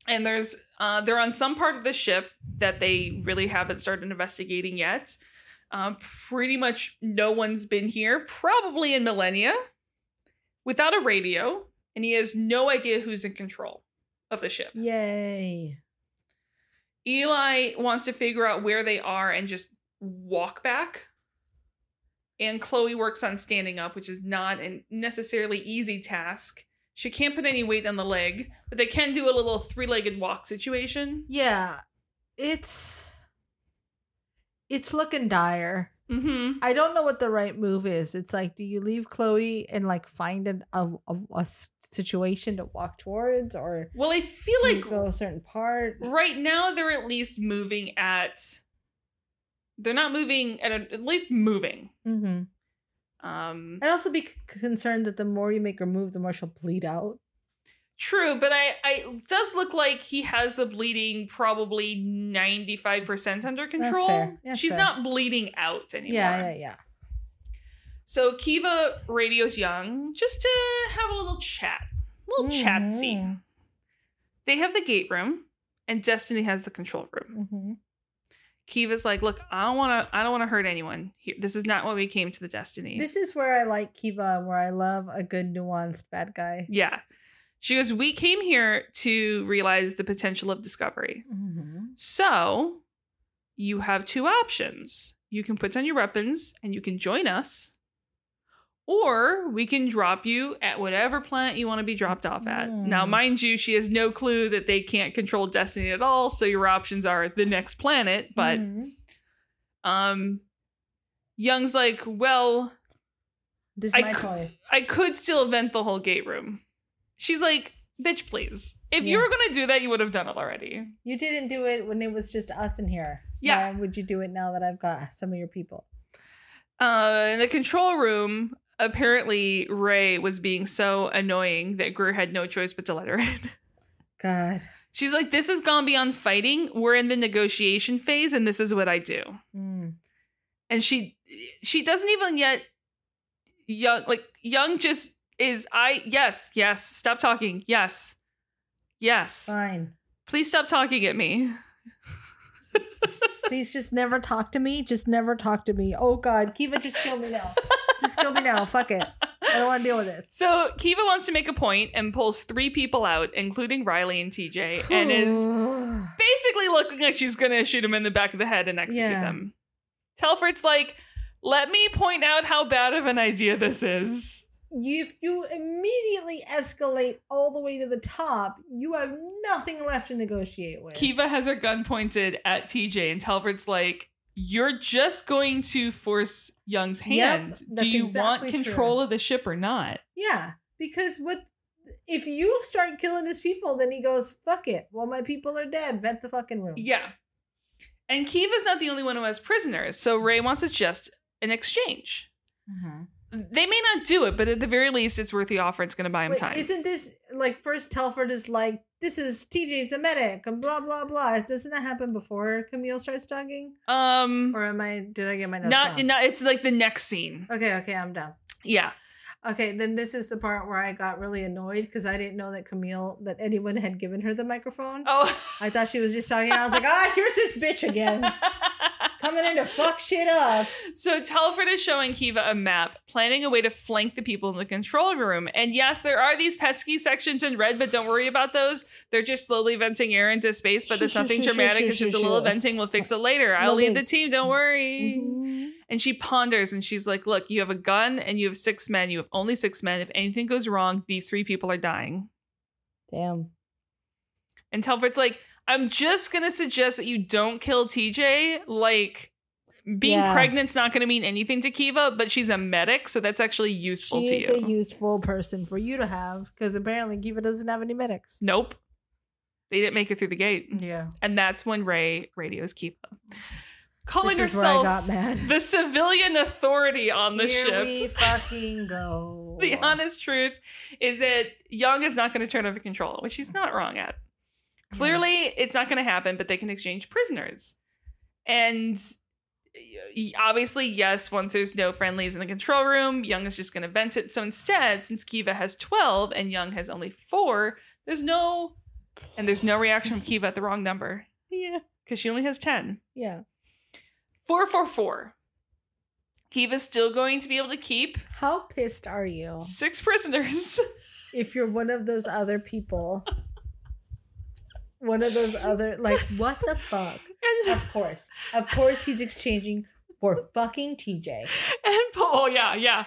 Speaker 2: and there's uh, they're on some part of the ship that they really haven't started investigating yet. Um, pretty much no one's been here, probably in millennia, without a radio, and he has no idea who's in control of the ship.
Speaker 3: Yay.
Speaker 2: Eli wants to figure out where they are and just walk back. And Chloe works on standing up, which is not a necessarily easy task. She can't put any weight on the leg, but they can do a little three legged walk situation.
Speaker 3: Yeah. It's it's looking dire.
Speaker 2: hmm.
Speaker 3: I don't know what the right move is. It's like, do you leave Chloe and like find an, a, a, a s- situation to walk towards, or
Speaker 2: Well, I feel
Speaker 3: do you
Speaker 2: like
Speaker 3: go a certain part?
Speaker 2: right now they're at least moving at. They're not moving at a, at least moving.
Speaker 3: Mm-hmm.
Speaker 2: Um,
Speaker 3: I'd also be c- concerned that the more you make her move, the more she'll bleed out.
Speaker 2: true, but I, I it does look like he has the bleeding probably ninety five percent under control.
Speaker 3: fair. That's
Speaker 2: She's
Speaker 3: fair.
Speaker 2: not bleeding out anymore.
Speaker 3: Yeah, yeah, yeah.
Speaker 2: So Kiva radios Young just to have a little chat, little chatsy.
Speaker 3: Mhm.
Speaker 2: They have the gate room, and Destiny has the control room.
Speaker 3: Mhm.
Speaker 2: Kiva's like, look, I don't want to. I don't want to hurt anyone. Here, this is not why we came to the Destiny.
Speaker 3: This is where I like Kiva, where I love a good nuanced bad guy.
Speaker 2: yeah, she goes. We came here to realize the potential of discovery.
Speaker 3: Mhm.
Speaker 2: So, you have two options. You can put down your weapons and you can join us, or we can drop you at whatever planet you want to be dropped off at. Now,
Speaker 3: Mm.
Speaker 2: mind you, she has no clue that they can't control Destiny at all. So your options are the next planet, but.
Speaker 3: Mhm.
Speaker 2: Um, Young's like, well,
Speaker 3: this
Speaker 2: I
Speaker 3: is my
Speaker 2: cou-
Speaker 3: toy.
Speaker 2: I could still vent the whole gate room. She's like, bitch, please. If you
Speaker 3: Yeah.
Speaker 2: were gonna do that, you would have done it already.
Speaker 3: You didn't do it when it was just us in here.
Speaker 2: Yeah.
Speaker 3: Why would you do it now that I've got some of your people?
Speaker 2: Uh, in the control room, apparently Ray was being so annoying that Greer had no choice but to let her in.
Speaker 3: God.
Speaker 2: She's like, this has gone beyond fighting. We're in the negotiation phase, and this is what I do.
Speaker 3: Mm.
Speaker 2: and she she doesn't even yet young like young just is i yes yes stop talking yes yes
Speaker 3: Fine.
Speaker 2: please stop talking at me
Speaker 3: Please just never talk to me. Just never talk to me. Oh God, Kiva, just kill me now. Just kill me now. Fuck it. I don't want to deal with this.
Speaker 2: so kiva wants to make a point and pulls three people out including riley and tj and is basically looking like she's gonna shoot him in the back of the head and execute
Speaker 3: Yeah.
Speaker 2: them telford's like let me point out how bad of an idea this is
Speaker 3: you, if you immediately escalate all the way to the top, you have nothing left to negotiate with.
Speaker 2: Kiva has her gun pointed at TJ, and Telford's like, "You're just going to force Young's
Speaker 3: Yep,
Speaker 2: hand. Do
Speaker 3: that's
Speaker 2: you want
Speaker 3: exactly
Speaker 2: control
Speaker 3: true.
Speaker 2: of the ship or not?"
Speaker 3: yeah, because what if you start killing his people? Then he goes, "Fuck it." Well, my people are dead. Vent the fucking room.
Speaker 2: Yeah. And Kiva's not the only one who has prisoners, so Ray wants to just an exchange. They may not do it, but at the very least, it's worth the offer. It's going to buy him
Speaker 3: Wait,
Speaker 2: time.
Speaker 3: Isn't this like first Telford is like, this is TJ's a medic and blah blah blah. Doesn't that happen before Camille starts talking?
Speaker 2: um,
Speaker 3: Or am I did I get my notes?
Speaker 2: not,
Speaker 3: wrong?
Speaker 2: not. It's like the next scene.
Speaker 3: Okay, okay, I'm done.
Speaker 2: Yeah.
Speaker 3: Okay, then this is the part where I got really annoyed because I didn't know that Camille that anyone had given her the microphone.
Speaker 2: Oh.
Speaker 3: I thought she was just talking. I was like, ah, here's this bitch again. Coming in to fuck shit up.
Speaker 2: So Telford is showing Kiva a map, planning a way to flank the people in the control room. And yes, there are these pesky sections in red, but don't worry about those. They're just slowly venting air into space, but there's
Speaker 3: Shoo, shoo,
Speaker 2: nothing
Speaker 3: shoo, shoo,
Speaker 2: dramatic.
Speaker 3: shoo,
Speaker 2: It's just a
Speaker 3: shoo,
Speaker 2: little
Speaker 3: shoo.
Speaker 2: venting. We'll fix it later.
Speaker 3: No
Speaker 2: I'll lead the
Speaker 3: thanks.
Speaker 2: team. Don't worry.
Speaker 3: Mhm.
Speaker 2: And she ponders and she's like, Look, you have a gun and you have six men. You have only six men. If anything goes wrong, these three people are dying.
Speaker 3: Damn.
Speaker 2: And Telford's like, I'm just gonna suggest that you don't kill TJ. Like being
Speaker 3: Yeah.
Speaker 2: pregnant's not gonna mean anything to Kiva, but she's a medic, so that's actually useful
Speaker 3: She
Speaker 2: to
Speaker 3: is
Speaker 2: you.
Speaker 3: a useful person for you to have because apparently Kiva doesn't have any medics.
Speaker 2: nope. They didn't make it through the gate.
Speaker 3: Yeah.
Speaker 2: And that's when Ray radios Kiva. Calling
Speaker 3: This is where I got
Speaker 2: Oh, herself
Speaker 3: mad.
Speaker 2: the civilian authority on the
Speaker 3: Here
Speaker 2: ship.
Speaker 3: we fucking go.
Speaker 2: the honest truth is that Young is not going to turn over control, which he's not wrong at. Clearly, it's not going to happen, but they can exchange prisoners. And y- obviously, yes, once there's no friendlies in the control room, Young is just going to vent it. So instead, since Kiva has 12 and Young has only four, there's no, and there's no reaction from Kiva at the wrong number
Speaker 3: Yeah.
Speaker 2: because she only has 10.
Speaker 3: Yeah.
Speaker 2: 444. Kiva's still going to be able to keep
Speaker 3: How pissed are you
Speaker 2: six prisoners.
Speaker 3: if you're one of those other people? One of those other, like, what the fuck?
Speaker 2: and
Speaker 3: Of course. Of course he's exchanging for fucking TJ.
Speaker 2: And Paul, oh yeah, yeah.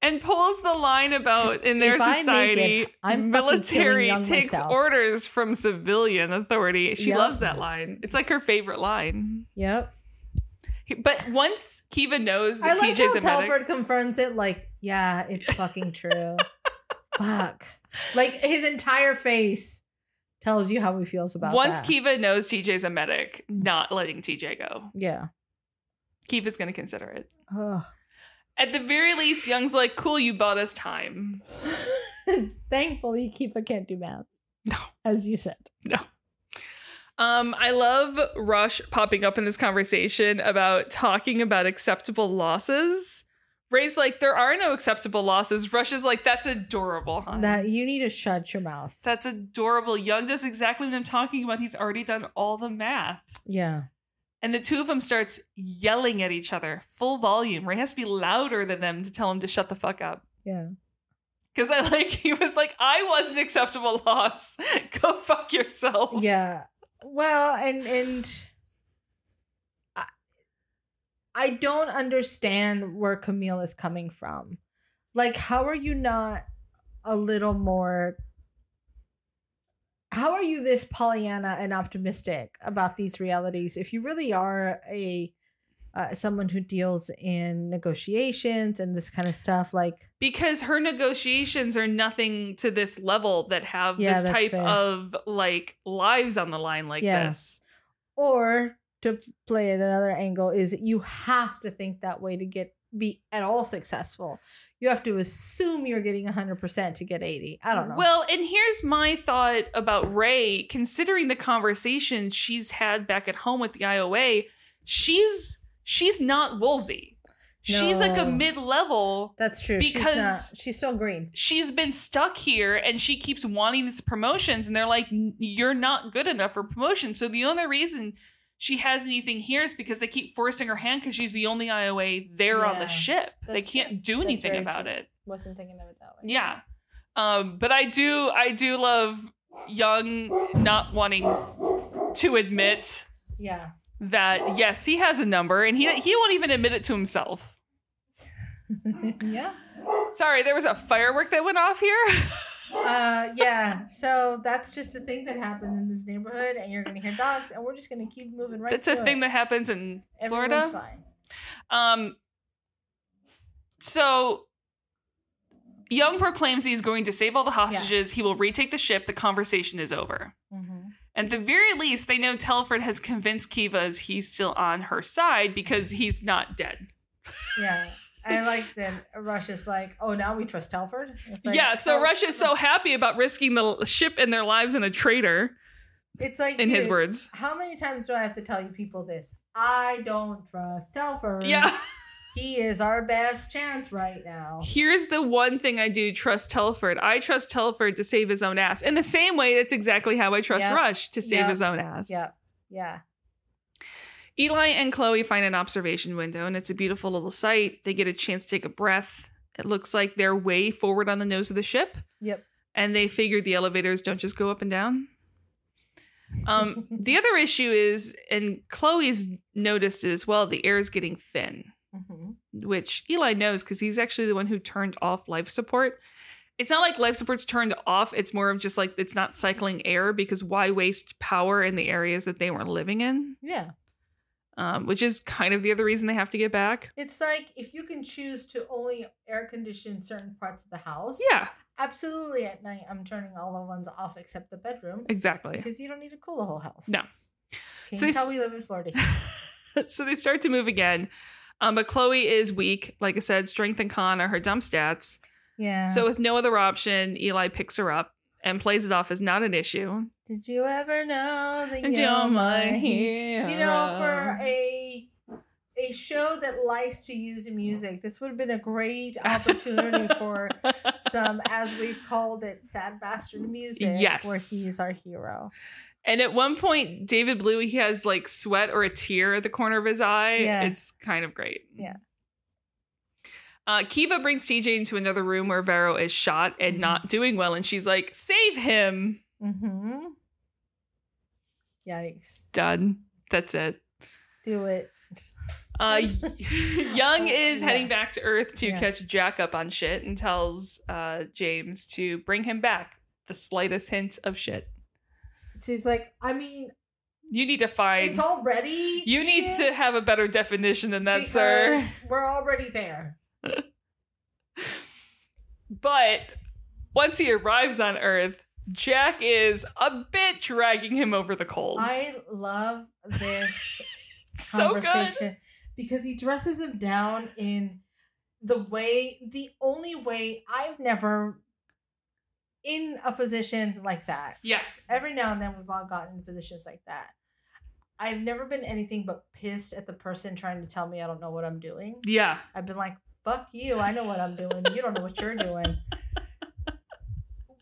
Speaker 2: And pulls the line about in their
Speaker 3: If I make it,
Speaker 2: society,
Speaker 3: I'm fucking killing
Speaker 2: military
Speaker 3: young
Speaker 2: takes
Speaker 3: myself.
Speaker 2: orders from civilian authority. She
Speaker 3: Yep.
Speaker 2: loves that line. It's like her favorite line.
Speaker 3: Yep.
Speaker 2: He- But once Kiva knows
Speaker 3: I
Speaker 2: that
Speaker 3: like
Speaker 2: TJ's
Speaker 3: how
Speaker 2: a medic,
Speaker 3: Telford confronts it like, yeah, it's fucking true. Fuck. Like his entire face tells you how he feels about
Speaker 2: once
Speaker 3: that.
Speaker 2: Kiva knows TJ's a medic, not letting TJ go,
Speaker 3: yeah.
Speaker 2: Kiva's going to consider it.
Speaker 3: Ugh.
Speaker 2: At the very least, Young's like, "Cool, you bought us time."
Speaker 3: Thankfully, Kiva can't do math.
Speaker 2: No.
Speaker 3: As you said.
Speaker 2: Um, I love Rush popping up in this conversation about talking about acceptable losses. Ray's like, there are no acceptable losses. Rush is like, that's adorable, hon.
Speaker 3: That you need to shut your mouth.
Speaker 2: that's adorable. Young does exactly what I'm talking about. He's already done all the math.
Speaker 3: Yeah.
Speaker 2: And the two of them starts yelling at each other, full volume. Ray has to be louder than them to tell him to shut the fuck up.
Speaker 3: Yeah.
Speaker 2: Cause I like he was like, I was an acceptable loss. Go fuck yourself.
Speaker 3: Yeah. Well, and and I, I don't understand where Camille is coming from. Like, how are you not a little more? How are you this Pollyanna and optimistic about these realities? If you really are a uh, someone who deals in negotiations and this kind of stuff, like
Speaker 2: because her negotiations are nothing to this level that have
Speaker 3: Yeah,
Speaker 2: this
Speaker 3: that's
Speaker 2: type
Speaker 3: fair.
Speaker 2: of like lives on the line like
Speaker 3: Yeah.
Speaker 2: this.
Speaker 3: or to play at another angle is you have to think that way to get be at all successful you have to assume you're getting 100% to get 80 i don't know
Speaker 2: Well, and here's my thought about Ray, considering the conversation she's had back at home with the IOA, she's she's not Woolsey. She's like a
Speaker 3: No.
Speaker 2: mid-level.
Speaker 3: that's true she's
Speaker 2: because-
Speaker 3: not she's still green
Speaker 2: She's been stuck here and she keeps wanting these promotions and they're like "N- you're not good enough for promotion. So the only reason she has anything here is because they keep forcing her hand because she's the only IOA there on
Speaker 3: Yeah,
Speaker 2: the ship. They
Speaker 3: that's
Speaker 2: can't
Speaker 3: true.
Speaker 2: do
Speaker 3: That's
Speaker 2: anything
Speaker 3: very
Speaker 2: about
Speaker 3: true.
Speaker 2: it.
Speaker 3: wasn't thinking of it that way
Speaker 2: Yeah. Um, but I do I do love Young not wanting to admit
Speaker 3: yeah
Speaker 2: that yes, he has a number and he he won't even admit it to himself.
Speaker 3: yeah
Speaker 2: Sorry, there was a firework that went off here.
Speaker 3: uh yeah so that's just a thing that happens in this neighborhood and you're gonna hear dogs and we're just gonna keep moving right
Speaker 2: That's a
Speaker 3: through
Speaker 2: thing
Speaker 3: it.
Speaker 2: that happens in
Speaker 3: Everyone's
Speaker 2: Florida.
Speaker 3: fine.
Speaker 2: Um, so Young proclaims he's going to save all the hostages.
Speaker 3: Yes.
Speaker 2: He will retake the ship. The conversation is over.
Speaker 3: Mhm.
Speaker 2: At the very least, they know Telford has convinced Kivas he's still on her side because he's not dead.
Speaker 3: yeah i like that rush is like oh now we trust telford it's like,
Speaker 2: yeah, so
Speaker 3: oh,
Speaker 2: Rush is so happy about risking the l- ship and their lives in a traitor,
Speaker 3: it's like
Speaker 2: in his
Speaker 3: dude,
Speaker 2: words.
Speaker 3: how many times do I have to tell you people this? I don't trust Telford.
Speaker 2: Yeah.
Speaker 3: He is our best chance right now.
Speaker 2: Here's the one thing I do trust Telford. I trust Telford to save his own ass. In the same way, that's exactly how I trust
Speaker 3: Yep.
Speaker 2: Rush to save
Speaker 3: Yep.
Speaker 2: his own ass.
Speaker 3: Yep. Yeah.
Speaker 2: Eli and Chloe find an observation window, and it's a beautiful little sight. They get a chance to take a breath. It looks like they're way forward on the nose of the ship,
Speaker 3: Yep.
Speaker 2: and they figure the elevators don't just go up and down. Um, the other issue is, and Chloe's noticed it as well, the air is getting thin,
Speaker 3: hmm
Speaker 2: which Eli knows because he's actually the one who turned off life support. It's not like life support's turned off. It's more of just like it's not cycling air because why waste power in the areas that they weren't living in?
Speaker 3: Yeah.
Speaker 2: Um, which is kind of the other reason they have to get back.
Speaker 3: It's like if you can choose to only air condition certain parts of the house.
Speaker 2: Yeah,
Speaker 3: Absolutely at night I'm turning all the ones off except the bedroom.
Speaker 2: exactly.
Speaker 3: Because you don't need to cool the whole house.
Speaker 2: No.
Speaker 3: Can
Speaker 2: So
Speaker 3: you
Speaker 2: they
Speaker 3: tell
Speaker 2: s-
Speaker 3: we live in Florida?
Speaker 2: so they start to move again. Um, but Chloe is weak. Like I said, strength and con are her dump stats.
Speaker 3: Yeah.
Speaker 2: So with no other option, Eli picks her up and plays it off as not an issue.
Speaker 3: did you ever know that
Speaker 2: And
Speaker 3: you're
Speaker 2: you're my
Speaker 3: my
Speaker 2: hero.
Speaker 3: you know for a a show that likes to use music this would have been a great opportunity for some as we've called it sad bastard music where
Speaker 2: Yes.
Speaker 3: he's our hero
Speaker 2: And at one point, David Blue, he has like sweat or a tear at the corner of his eye.
Speaker 3: Yeah.
Speaker 2: It's kind of great.
Speaker 3: Yeah.
Speaker 2: Uh, Kiva brings TJ into another room where Vero is shot and
Speaker 3: Mhm.
Speaker 2: not doing well. And she's like, save him.
Speaker 3: mm-hmm yikes
Speaker 2: Done. That's it.
Speaker 3: do it
Speaker 2: Uh, Young
Speaker 3: Uh,
Speaker 2: is
Speaker 3: yeah.
Speaker 2: heading back to Earth to
Speaker 3: Yeah.
Speaker 2: catch Jack up on shit and tells uh, James to bring him back. The slightest hint of shit.
Speaker 3: she's like i mean
Speaker 2: You need to find.
Speaker 3: it's already
Speaker 2: you need
Speaker 3: shit
Speaker 2: to have a better definition than that, sir.
Speaker 3: because we're already there
Speaker 2: But once he arrives on Earth, Jack is a bit dragging him over the coals.
Speaker 3: i love this
Speaker 2: It's so
Speaker 3: conversation
Speaker 2: good.
Speaker 3: because he dresses him down in the way the only way I've never in a position like that.
Speaker 2: Yes.
Speaker 3: Every now and then we've all gotten in positions like that. I've never been anything but pissed at the person trying to tell me I don't know what I'm doing.
Speaker 2: Yeah.
Speaker 3: I've been like, fuck you, I know what I'm doing. You don't know what you're doing.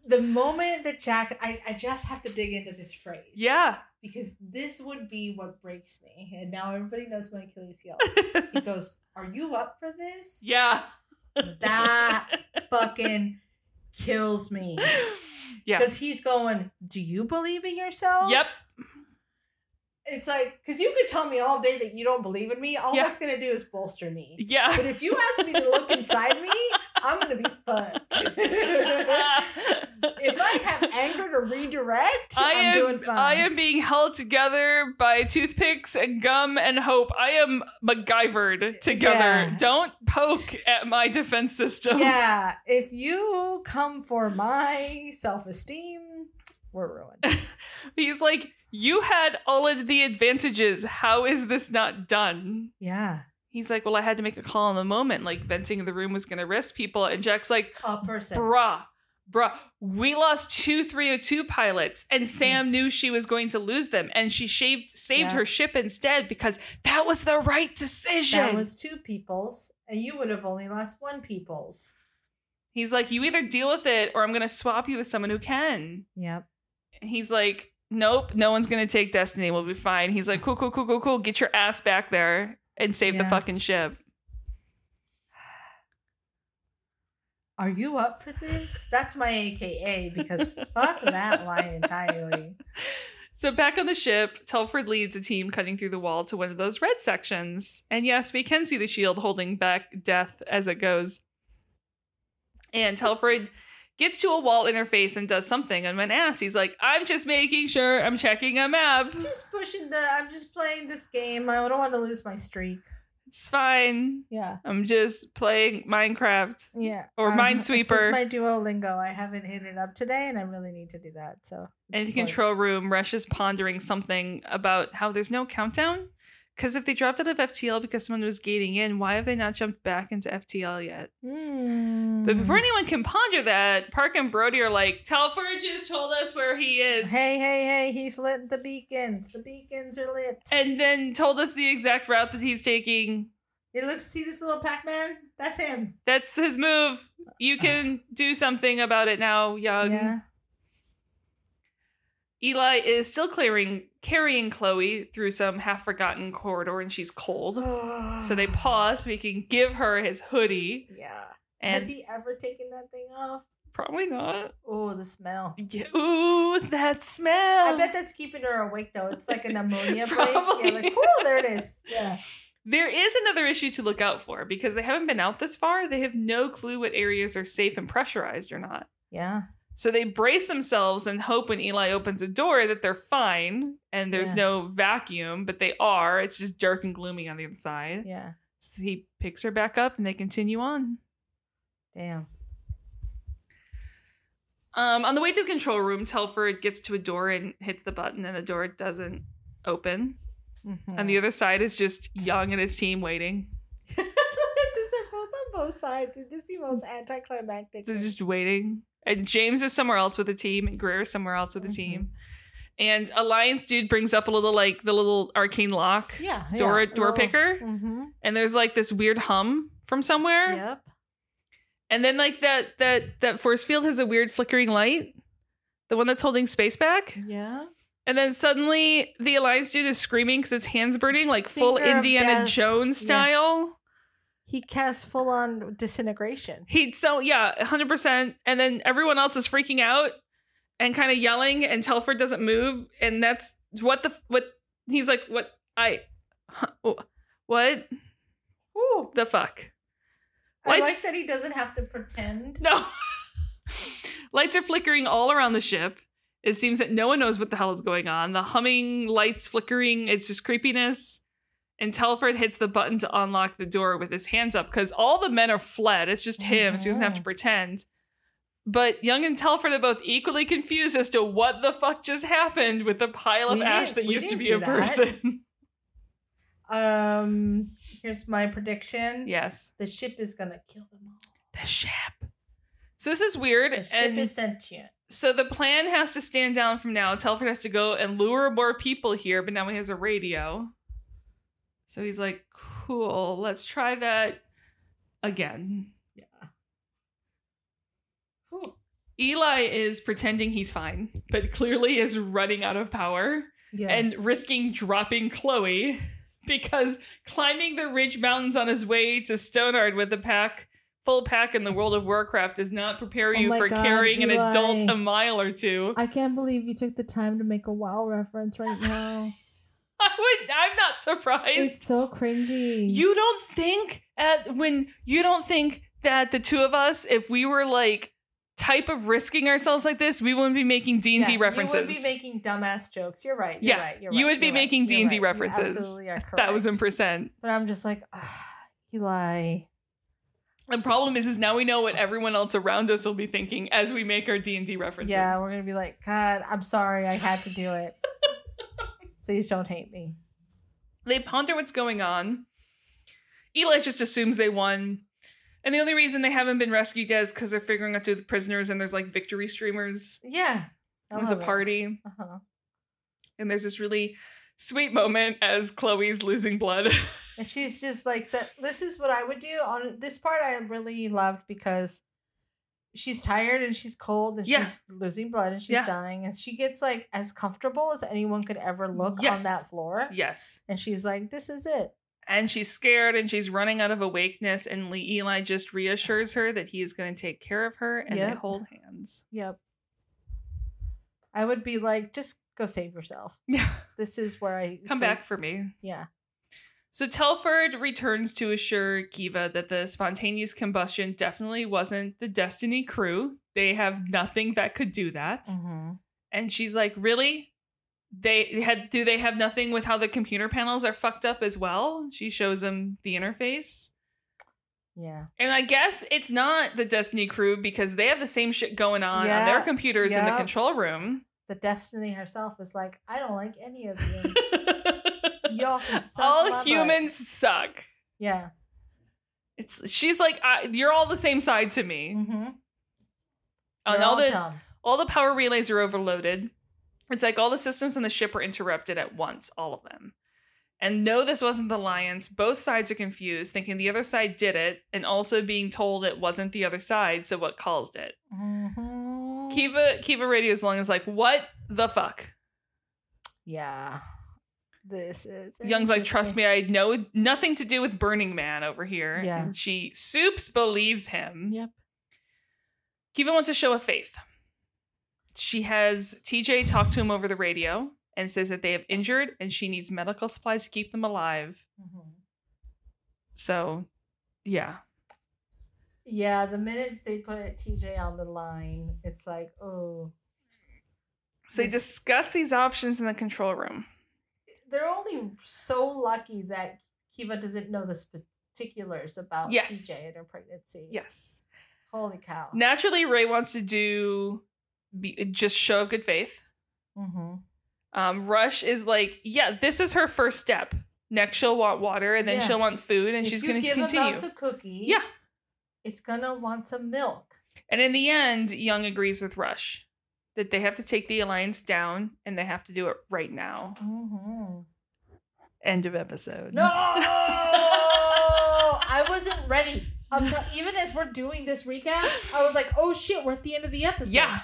Speaker 3: The moment that Jack I, I just have to dig into this phrase
Speaker 2: Yeah.
Speaker 3: because this would be what breaks me. And now everybody knows my Achilles heel. He goes, Are you up for this?
Speaker 2: yeah.
Speaker 3: That fucking kills me.
Speaker 2: Yeah.
Speaker 3: Because he's going, Do you believe in yourself?
Speaker 2: Yep.
Speaker 3: It's like, because you could tell me all day that you don't believe in me. All
Speaker 2: Yeah.
Speaker 3: that's going to do is bolster me.
Speaker 2: Yeah.
Speaker 3: But if you ask me to look inside me, I'm going to be fucked. if I have anger to redirect,
Speaker 2: I
Speaker 3: am
Speaker 2: am
Speaker 3: doing fine.
Speaker 2: I am being held together by toothpicks and gum and hope. I am MacGyvered together.
Speaker 3: Yeah.
Speaker 2: Don't poke at my defense system.
Speaker 3: yeah, if you come for my self esteem, we're ruined.
Speaker 2: He's like, you had all of the advantages. How is this not done?
Speaker 3: Yeah,
Speaker 2: He's like, well, I had to make a call in the moment. Like venting in the room was going to risk people. And Jack's like,
Speaker 3: a person.
Speaker 2: bruh, bruh, we lost two 302 pilots and Sam knew she was going to lose them. And she shaved, saved
Speaker 3: Mm-hmm. Yeah.
Speaker 2: her ship instead because that was the right decision.
Speaker 3: That was two peoples, and you would have only lost one peoples.
Speaker 2: He's like, you either deal with it or I'm going to swap you with someone who can.
Speaker 3: Yep.
Speaker 2: He's like, nope, no one's going to take Destiny. We'll be fine. He's like, cool, cool, cool, cool, cool. Get your ass back there and save the
Speaker 3: Yeah.
Speaker 2: fucking ship.
Speaker 3: Are you up for this? That's my AKA because fuck that line entirely.
Speaker 2: So back on the ship, Telford leads a team cutting through the wall to one of those red sections. And yes, we can see the shield holding back death as it goes. And Telford gets to a wall interface and does something. And when asked, he's like, I'm just making sure I'm checking a map.
Speaker 3: Just pushing the. I'm just playing this game. I don't want to lose my streak.
Speaker 2: It's fine.
Speaker 3: Yeah.
Speaker 2: I'm just playing Minecraft.
Speaker 3: Yeah.
Speaker 2: Or
Speaker 3: this is
Speaker 2: Minesweeper.
Speaker 3: my Duolingo. I haven't hit it up today, and I really need to do that. So. it's
Speaker 2: In the
Speaker 3: important.
Speaker 2: control room, Rush is pondering something about how there's no countdown. Because if they dropped out of FTL because someone was gating in, why have they not jumped back into FTL yet? But before
Speaker 3: Mm.
Speaker 2: anyone can ponder that, Park and Brody are like, Telford just told us where he is.
Speaker 3: Hey, hey, hey, he's lit the beacons. The beacons are lit.
Speaker 2: And then told us the exact route that he's taking.
Speaker 3: it looks, see this little Pac Man? That's him.
Speaker 2: That's his move. You can do something about it now, Young.
Speaker 3: yeah.
Speaker 2: Eli is still clearing, carrying Chloe through some half forgotten corridor, and she's cold. So they pause so he can give her his hoodie.
Speaker 3: Yeah.
Speaker 2: And
Speaker 3: Has he ever taken that thing off?
Speaker 2: probably not.
Speaker 3: Oh, the smell.
Speaker 2: Yeah. Ooh, that smell.
Speaker 3: I bet that's keeping her awake though. It's like an ammonia break. Yeah,
Speaker 2: Probably.
Speaker 3: like, oh, there it is. Yeah.
Speaker 2: There is another issue to look out for because they haven't been out this far. They have no clue what areas are safe and pressurized or not.
Speaker 3: Yeah.
Speaker 2: So they brace themselves and hope when Eli opens a door that they're fine and there's
Speaker 3: Yeah.
Speaker 2: no vacuum, but they are. It's just dark and gloomy on the other side.
Speaker 3: Yeah.
Speaker 2: So he picks her back up and they continue on.
Speaker 3: Damn.
Speaker 2: Um, on the way to the control room, Telford gets to a door and hits the button, and the door doesn't open. And the other side is just Young and his team waiting.
Speaker 3: Mm-hmm. These are both on both sides. This is the most anticlimactic.
Speaker 2: They're
Speaker 3: thing.
Speaker 2: just waiting. And James is somewhere else with the team, and Greer is somewhere else with the
Speaker 3: Mhm.
Speaker 2: team. And Alliance dude brings up a little like the little arcane lock
Speaker 3: yeah.
Speaker 2: door door picker,
Speaker 3: Mm-hmm.
Speaker 2: and there's like this weird hum from somewhere.
Speaker 3: Yep.
Speaker 2: And then like that that that force field has a weird flickering light, the one that's holding space back.
Speaker 3: Yeah.
Speaker 2: And then suddenly the Alliance dude is screaming because his hands burning, like full
Speaker 3: Finger of
Speaker 2: Indiana
Speaker 3: death.
Speaker 2: Jones
Speaker 3: Yeah.
Speaker 2: style.
Speaker 3: He casts full on disintegration.
Speaker 2: He so yeah, hundred percent. And then everyone else is freaking out and kind of yelling, and Telford doesn't move, and that's what the what he's like. What I huh, wh- what
Speaker 3: Ooh.
Speaker 2: the fuck?
Speaker 3: I like
Speaker 2: Lights-
Speaker 3: that he doesn't have to pretend.
Speaker 2: No. lights are flickering all around the ship. It seems that no one knows what the hell is going on. The humming lights flickering, it's just creepiness. And Telford hits the button to unlock the door with his hands up because all the men are fled. It's just him, so he doesn't have to
Speaker 3: Mm-hmm.
Speaker 2: pretend. But Young and Telford are both equally confused as to what the fuck just happened with the pile of
Speaker 3: We
Speaker 2: ash
Speaker 3: didn't-
Speaker 2: that
Speaker 3: we
Speaker 2: used to
Speaker 3: didn't
Speaker 2: be
Speaker 3: do
Speaker 2: a
Speaker 3: that.
Speaker 2: person.
Speaker 3: Um, here's my prediction.
Speaker 2: yes.
Speaker 3: The ship is gonna kill them all.
Speaker 2: The ship. So this is weird.
Speaker 3: The ship
Speaker 2: and
Speaker 3: is sentient.
Speaker 2: So the plan has to stand down from now. Telford has to go and lure more people here, but now he has a radio. So he's like, cool, let's try that again.
Speaker 3: Ooh.
Speaker 2: Eli is pretending he's fine, but clearly is running out of power
Speaker 3: Yeah.
Speaker 2: and risking dropping Chloe because climbing the ridge mountains on his way to Stonard with a pack, full pack in the World of Warcraft does not prepare
Speaker 4: Oh
Speaker 2: you
Speaker 4: my
Speaker 2: for
Speaker 4: God,
Speaker 2: carrying an
Speaker 4: Eli.
Speaker 2: adult a mile or two.
Speaker 4: I can't believe you took the time to make a WoW reference right now.
Speaker 2: I would I'm not surprised.
Speaker 4: it's so cringy.
Speaker 2: You don't think at when you don't think that the two of us, if we were like type of risking ourselves like this, we wouldn't be making D and
Speaker 3: Yeah,
Speaker 2: D references.
Speaker 3: You would be making dumbass jokes. You're right. You're
Speaker 2: Yeah,
Speaker 3: right. You're
Speaker 2: you
Speaker 3: right,
Speaker 2: would be
Speaker 3: you're right,
Speaker 2: making D&D
Speaker 3: you're right, you
Speaker 2: references.
Speaker 3: absolutely are correct.
Speaker 2: Thousand percent.
Speaker 3: But I'm just like, ah, Eli.
Speaker 2: The problem is, is now we know what everyone else around us will be thinking as we make our D and D references.
Speaker 3: Yeah, we're gonna be like, God, I'm sorry, I had to do it. Please don't hate me.
Speaker 2: They ponder what's going on. Eli just assumes they won. And the only reason they haven't been rescued yet is because they're figuring out who the prisoners and there's like victory streamers.
Speaker 3: Yeah, I
Speaker 2: There's a
Speaker 3: love it.
Speaker 2: party.
Speaker 3: Uh-huh.
Speaker 2: And there's this really sweet moment as Chloe's losing blood.
Speaker 3: And she's just like, said, "This is what I would do." On this part, I really loved because she's tired and she's cold and
Speaker 2: Yeah.
Speaker 3: she's losing blood and she's
Speaker 2: Yeah.
Speaker 3: dying and she gets like as comfortable as anyone could ever look
Speaker 2: Yes.
Speaker 3: on that floor.
Speaker 2: yes.
Speaker 3: And she's like, "This is it."
Speaker 2: And she's scared and she's running out of awakeness. And Lee Eli just reassures her that he is going to take care of her and they
Speaker 3: Yep.
Speaker 2: hold hands.
Speaker 3: Yep. I would be like, just go save yourself.
Speaker 2: Yeah.
Speaker 3: This is where I
Speaker 2: Come
Speaker 3: so-
Speaker 2: back for me.
Speaker 3: Yeah.
Speaker 2: So Telford returns to assure Kiva that the spontaneous combustion definitely wasn't the Destiny crew. They have nothing that could do that.
Speaker 3: Mm. Mm-hmm.
Speaker 2: And she's like, "Really? They had do they have nothing with how the computer panels are fucked up as well?" She shows him the interface.
Speaker 3: Yeah.
Speaker 2: And I guess it's not the Destiny crew because they have the same shit going on on
Speaker 3: Yeah,
Speaker 2: their computers in the
Speaker 3: yeah.
Speaker 2: control room.
Speaker 3: The destiny herself is like, I don't like any of you. Y'all can suck my
Speaker 2: all
Speaker 3: butt."
Speaker 2: humans suck.
Speaker 3: Yeah.
Speaker 2: It's she's like, I, "You're all the same side to me."
Speaker 3: Mm-hmm.
Speaker 2: And all the all the power relays are overloaded. It's like all the systems on the ship are interrupted at once, all of them. And no, this wasn't the Alliance. Both sides are confused, thinking the other side did it, and also being told it wasn't the other side, so what caused it?
Speaker 3: hmm
Speaker 2: Kiva Kiva Radio as long as like, what the fuck?
Speaker 3: Yeah. This is
Speaker 2: Young's like, trust me, I had no nothing to do with Burning Man over here.
Speaker 3: Yeah.
Speaker 2: And she soups believes him.
Speaker 3: Yep.
Speaker 2: Kiva wants a show of faith. She has TJ talk to him over the radio and says that they have injured and she needs medical supplies to keep them alive.
Speaker 3: Mhm.
Speaker 2: So, yeah.
Speaker 3: Yeah, the minute they put TJ on the line, it's like, oh,
Speaker 2: So they discuss these options in the control room.
Speaker 3: they're only so lucky that Kiva doesn't know the particulars about
Speaker 2: Yes.
Speaker 3: TJ and her pregnancy.
Speaker 2: Yes.
Speaker 3: Holy cow.
Speaker 2: Naturally, Ray wants to do be, just show of good faith.
Speaker 3: hmm
Speaker 2: Um, Rush is like, yeah, this is her first step. Next, she'll want water, and then
Speaker 3: Yeah.
Speaker 2: she'll want food, and she's going to
Speaker 3: a
Speaker 2: continue.
Speaker 3: mouse a cookie,
Speaker 2: Yeah.
Speaker 3: it's gonna want some milk.
Speaker 2: And in the end, Young agrees with Rush that they have to take the alliance down, and they have to do it right now.
Speaker 3: hmm
Speaker 2: End of episode.
Speaker 3: No, I wasn't ready. I'm tell- even as we're doing this recap, I was like, oh shit, we're at the end of the episode.
Speaker 2: Yeah.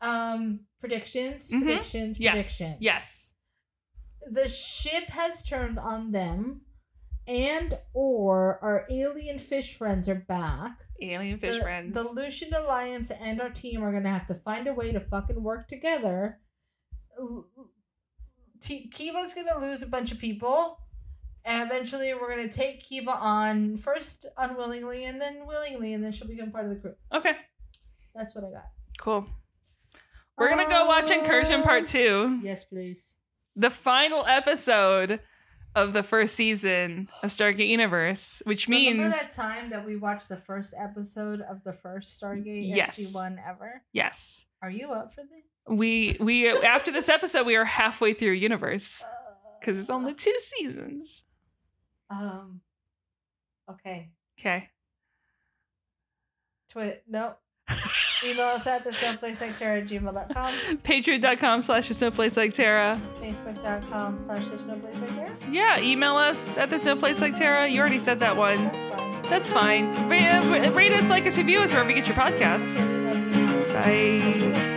Speaker 3: Um, predictions,
Speaker 2: Mhm.
Speaker 3: predictions,
Speaker 2: Yes.
Speaker 3: predictions.
Speaker 2: Yes.
Speaker 3: the ship has turned on them and or our alien fish friends are back
Speaker 2: Alien fish
Speaker 3: the,
Speaker 2: friends.
Speaker 3: the lucian alliance and our team are gonna have to find a way to fucking work together L- T- kiva's gonna lose a bunch of people and eventually we're gonna take kiva on first unwillingly and then willingly and then she'll become part of the crew
Speaker 2: okay.
Speaker 3: that's what i got
Speaker 2: Cool. We're gonna go watch Incursion Part
Speaker 3: Um,
Speaker 2: Two.
Speaker 3: yes please
Speaker 2: the final episode of the first season of Stargate Universe, which
Speaker 3: Remember
Speaker 2: means
Speaker 3: that time that we watched the first episode of the first Stargate
Speaker 2: Yes.
Speaker 3: SG One ever?
Speaker 2: yes,
Speaker 3: Are you up for this?
Speaker 2: we we after this episode we are halfway through Universe
Speaker 3: Uh,
Speaker 2: because it's only two seasons.
Speaker 3: um. Okay.
Speaker 2: Okay,
Speaker 3: Twit. No. Email us at the someplace like Tara at gmail.com,
Speaker 2: patreon.com slash there's no place like Terra.
Speaker 3: facebook.com slash there's no place like Tara.
Speaker 2: Yeah, email us at there's no place like Terra. You already said that one.
Speaker 3: That's fine.
Speaker 2: That's fine. Ra- ra- Rate us, like us, review us wherever you get your podcasts.
Speaker 3: Okay, we love you.
Speaker 2: Bye.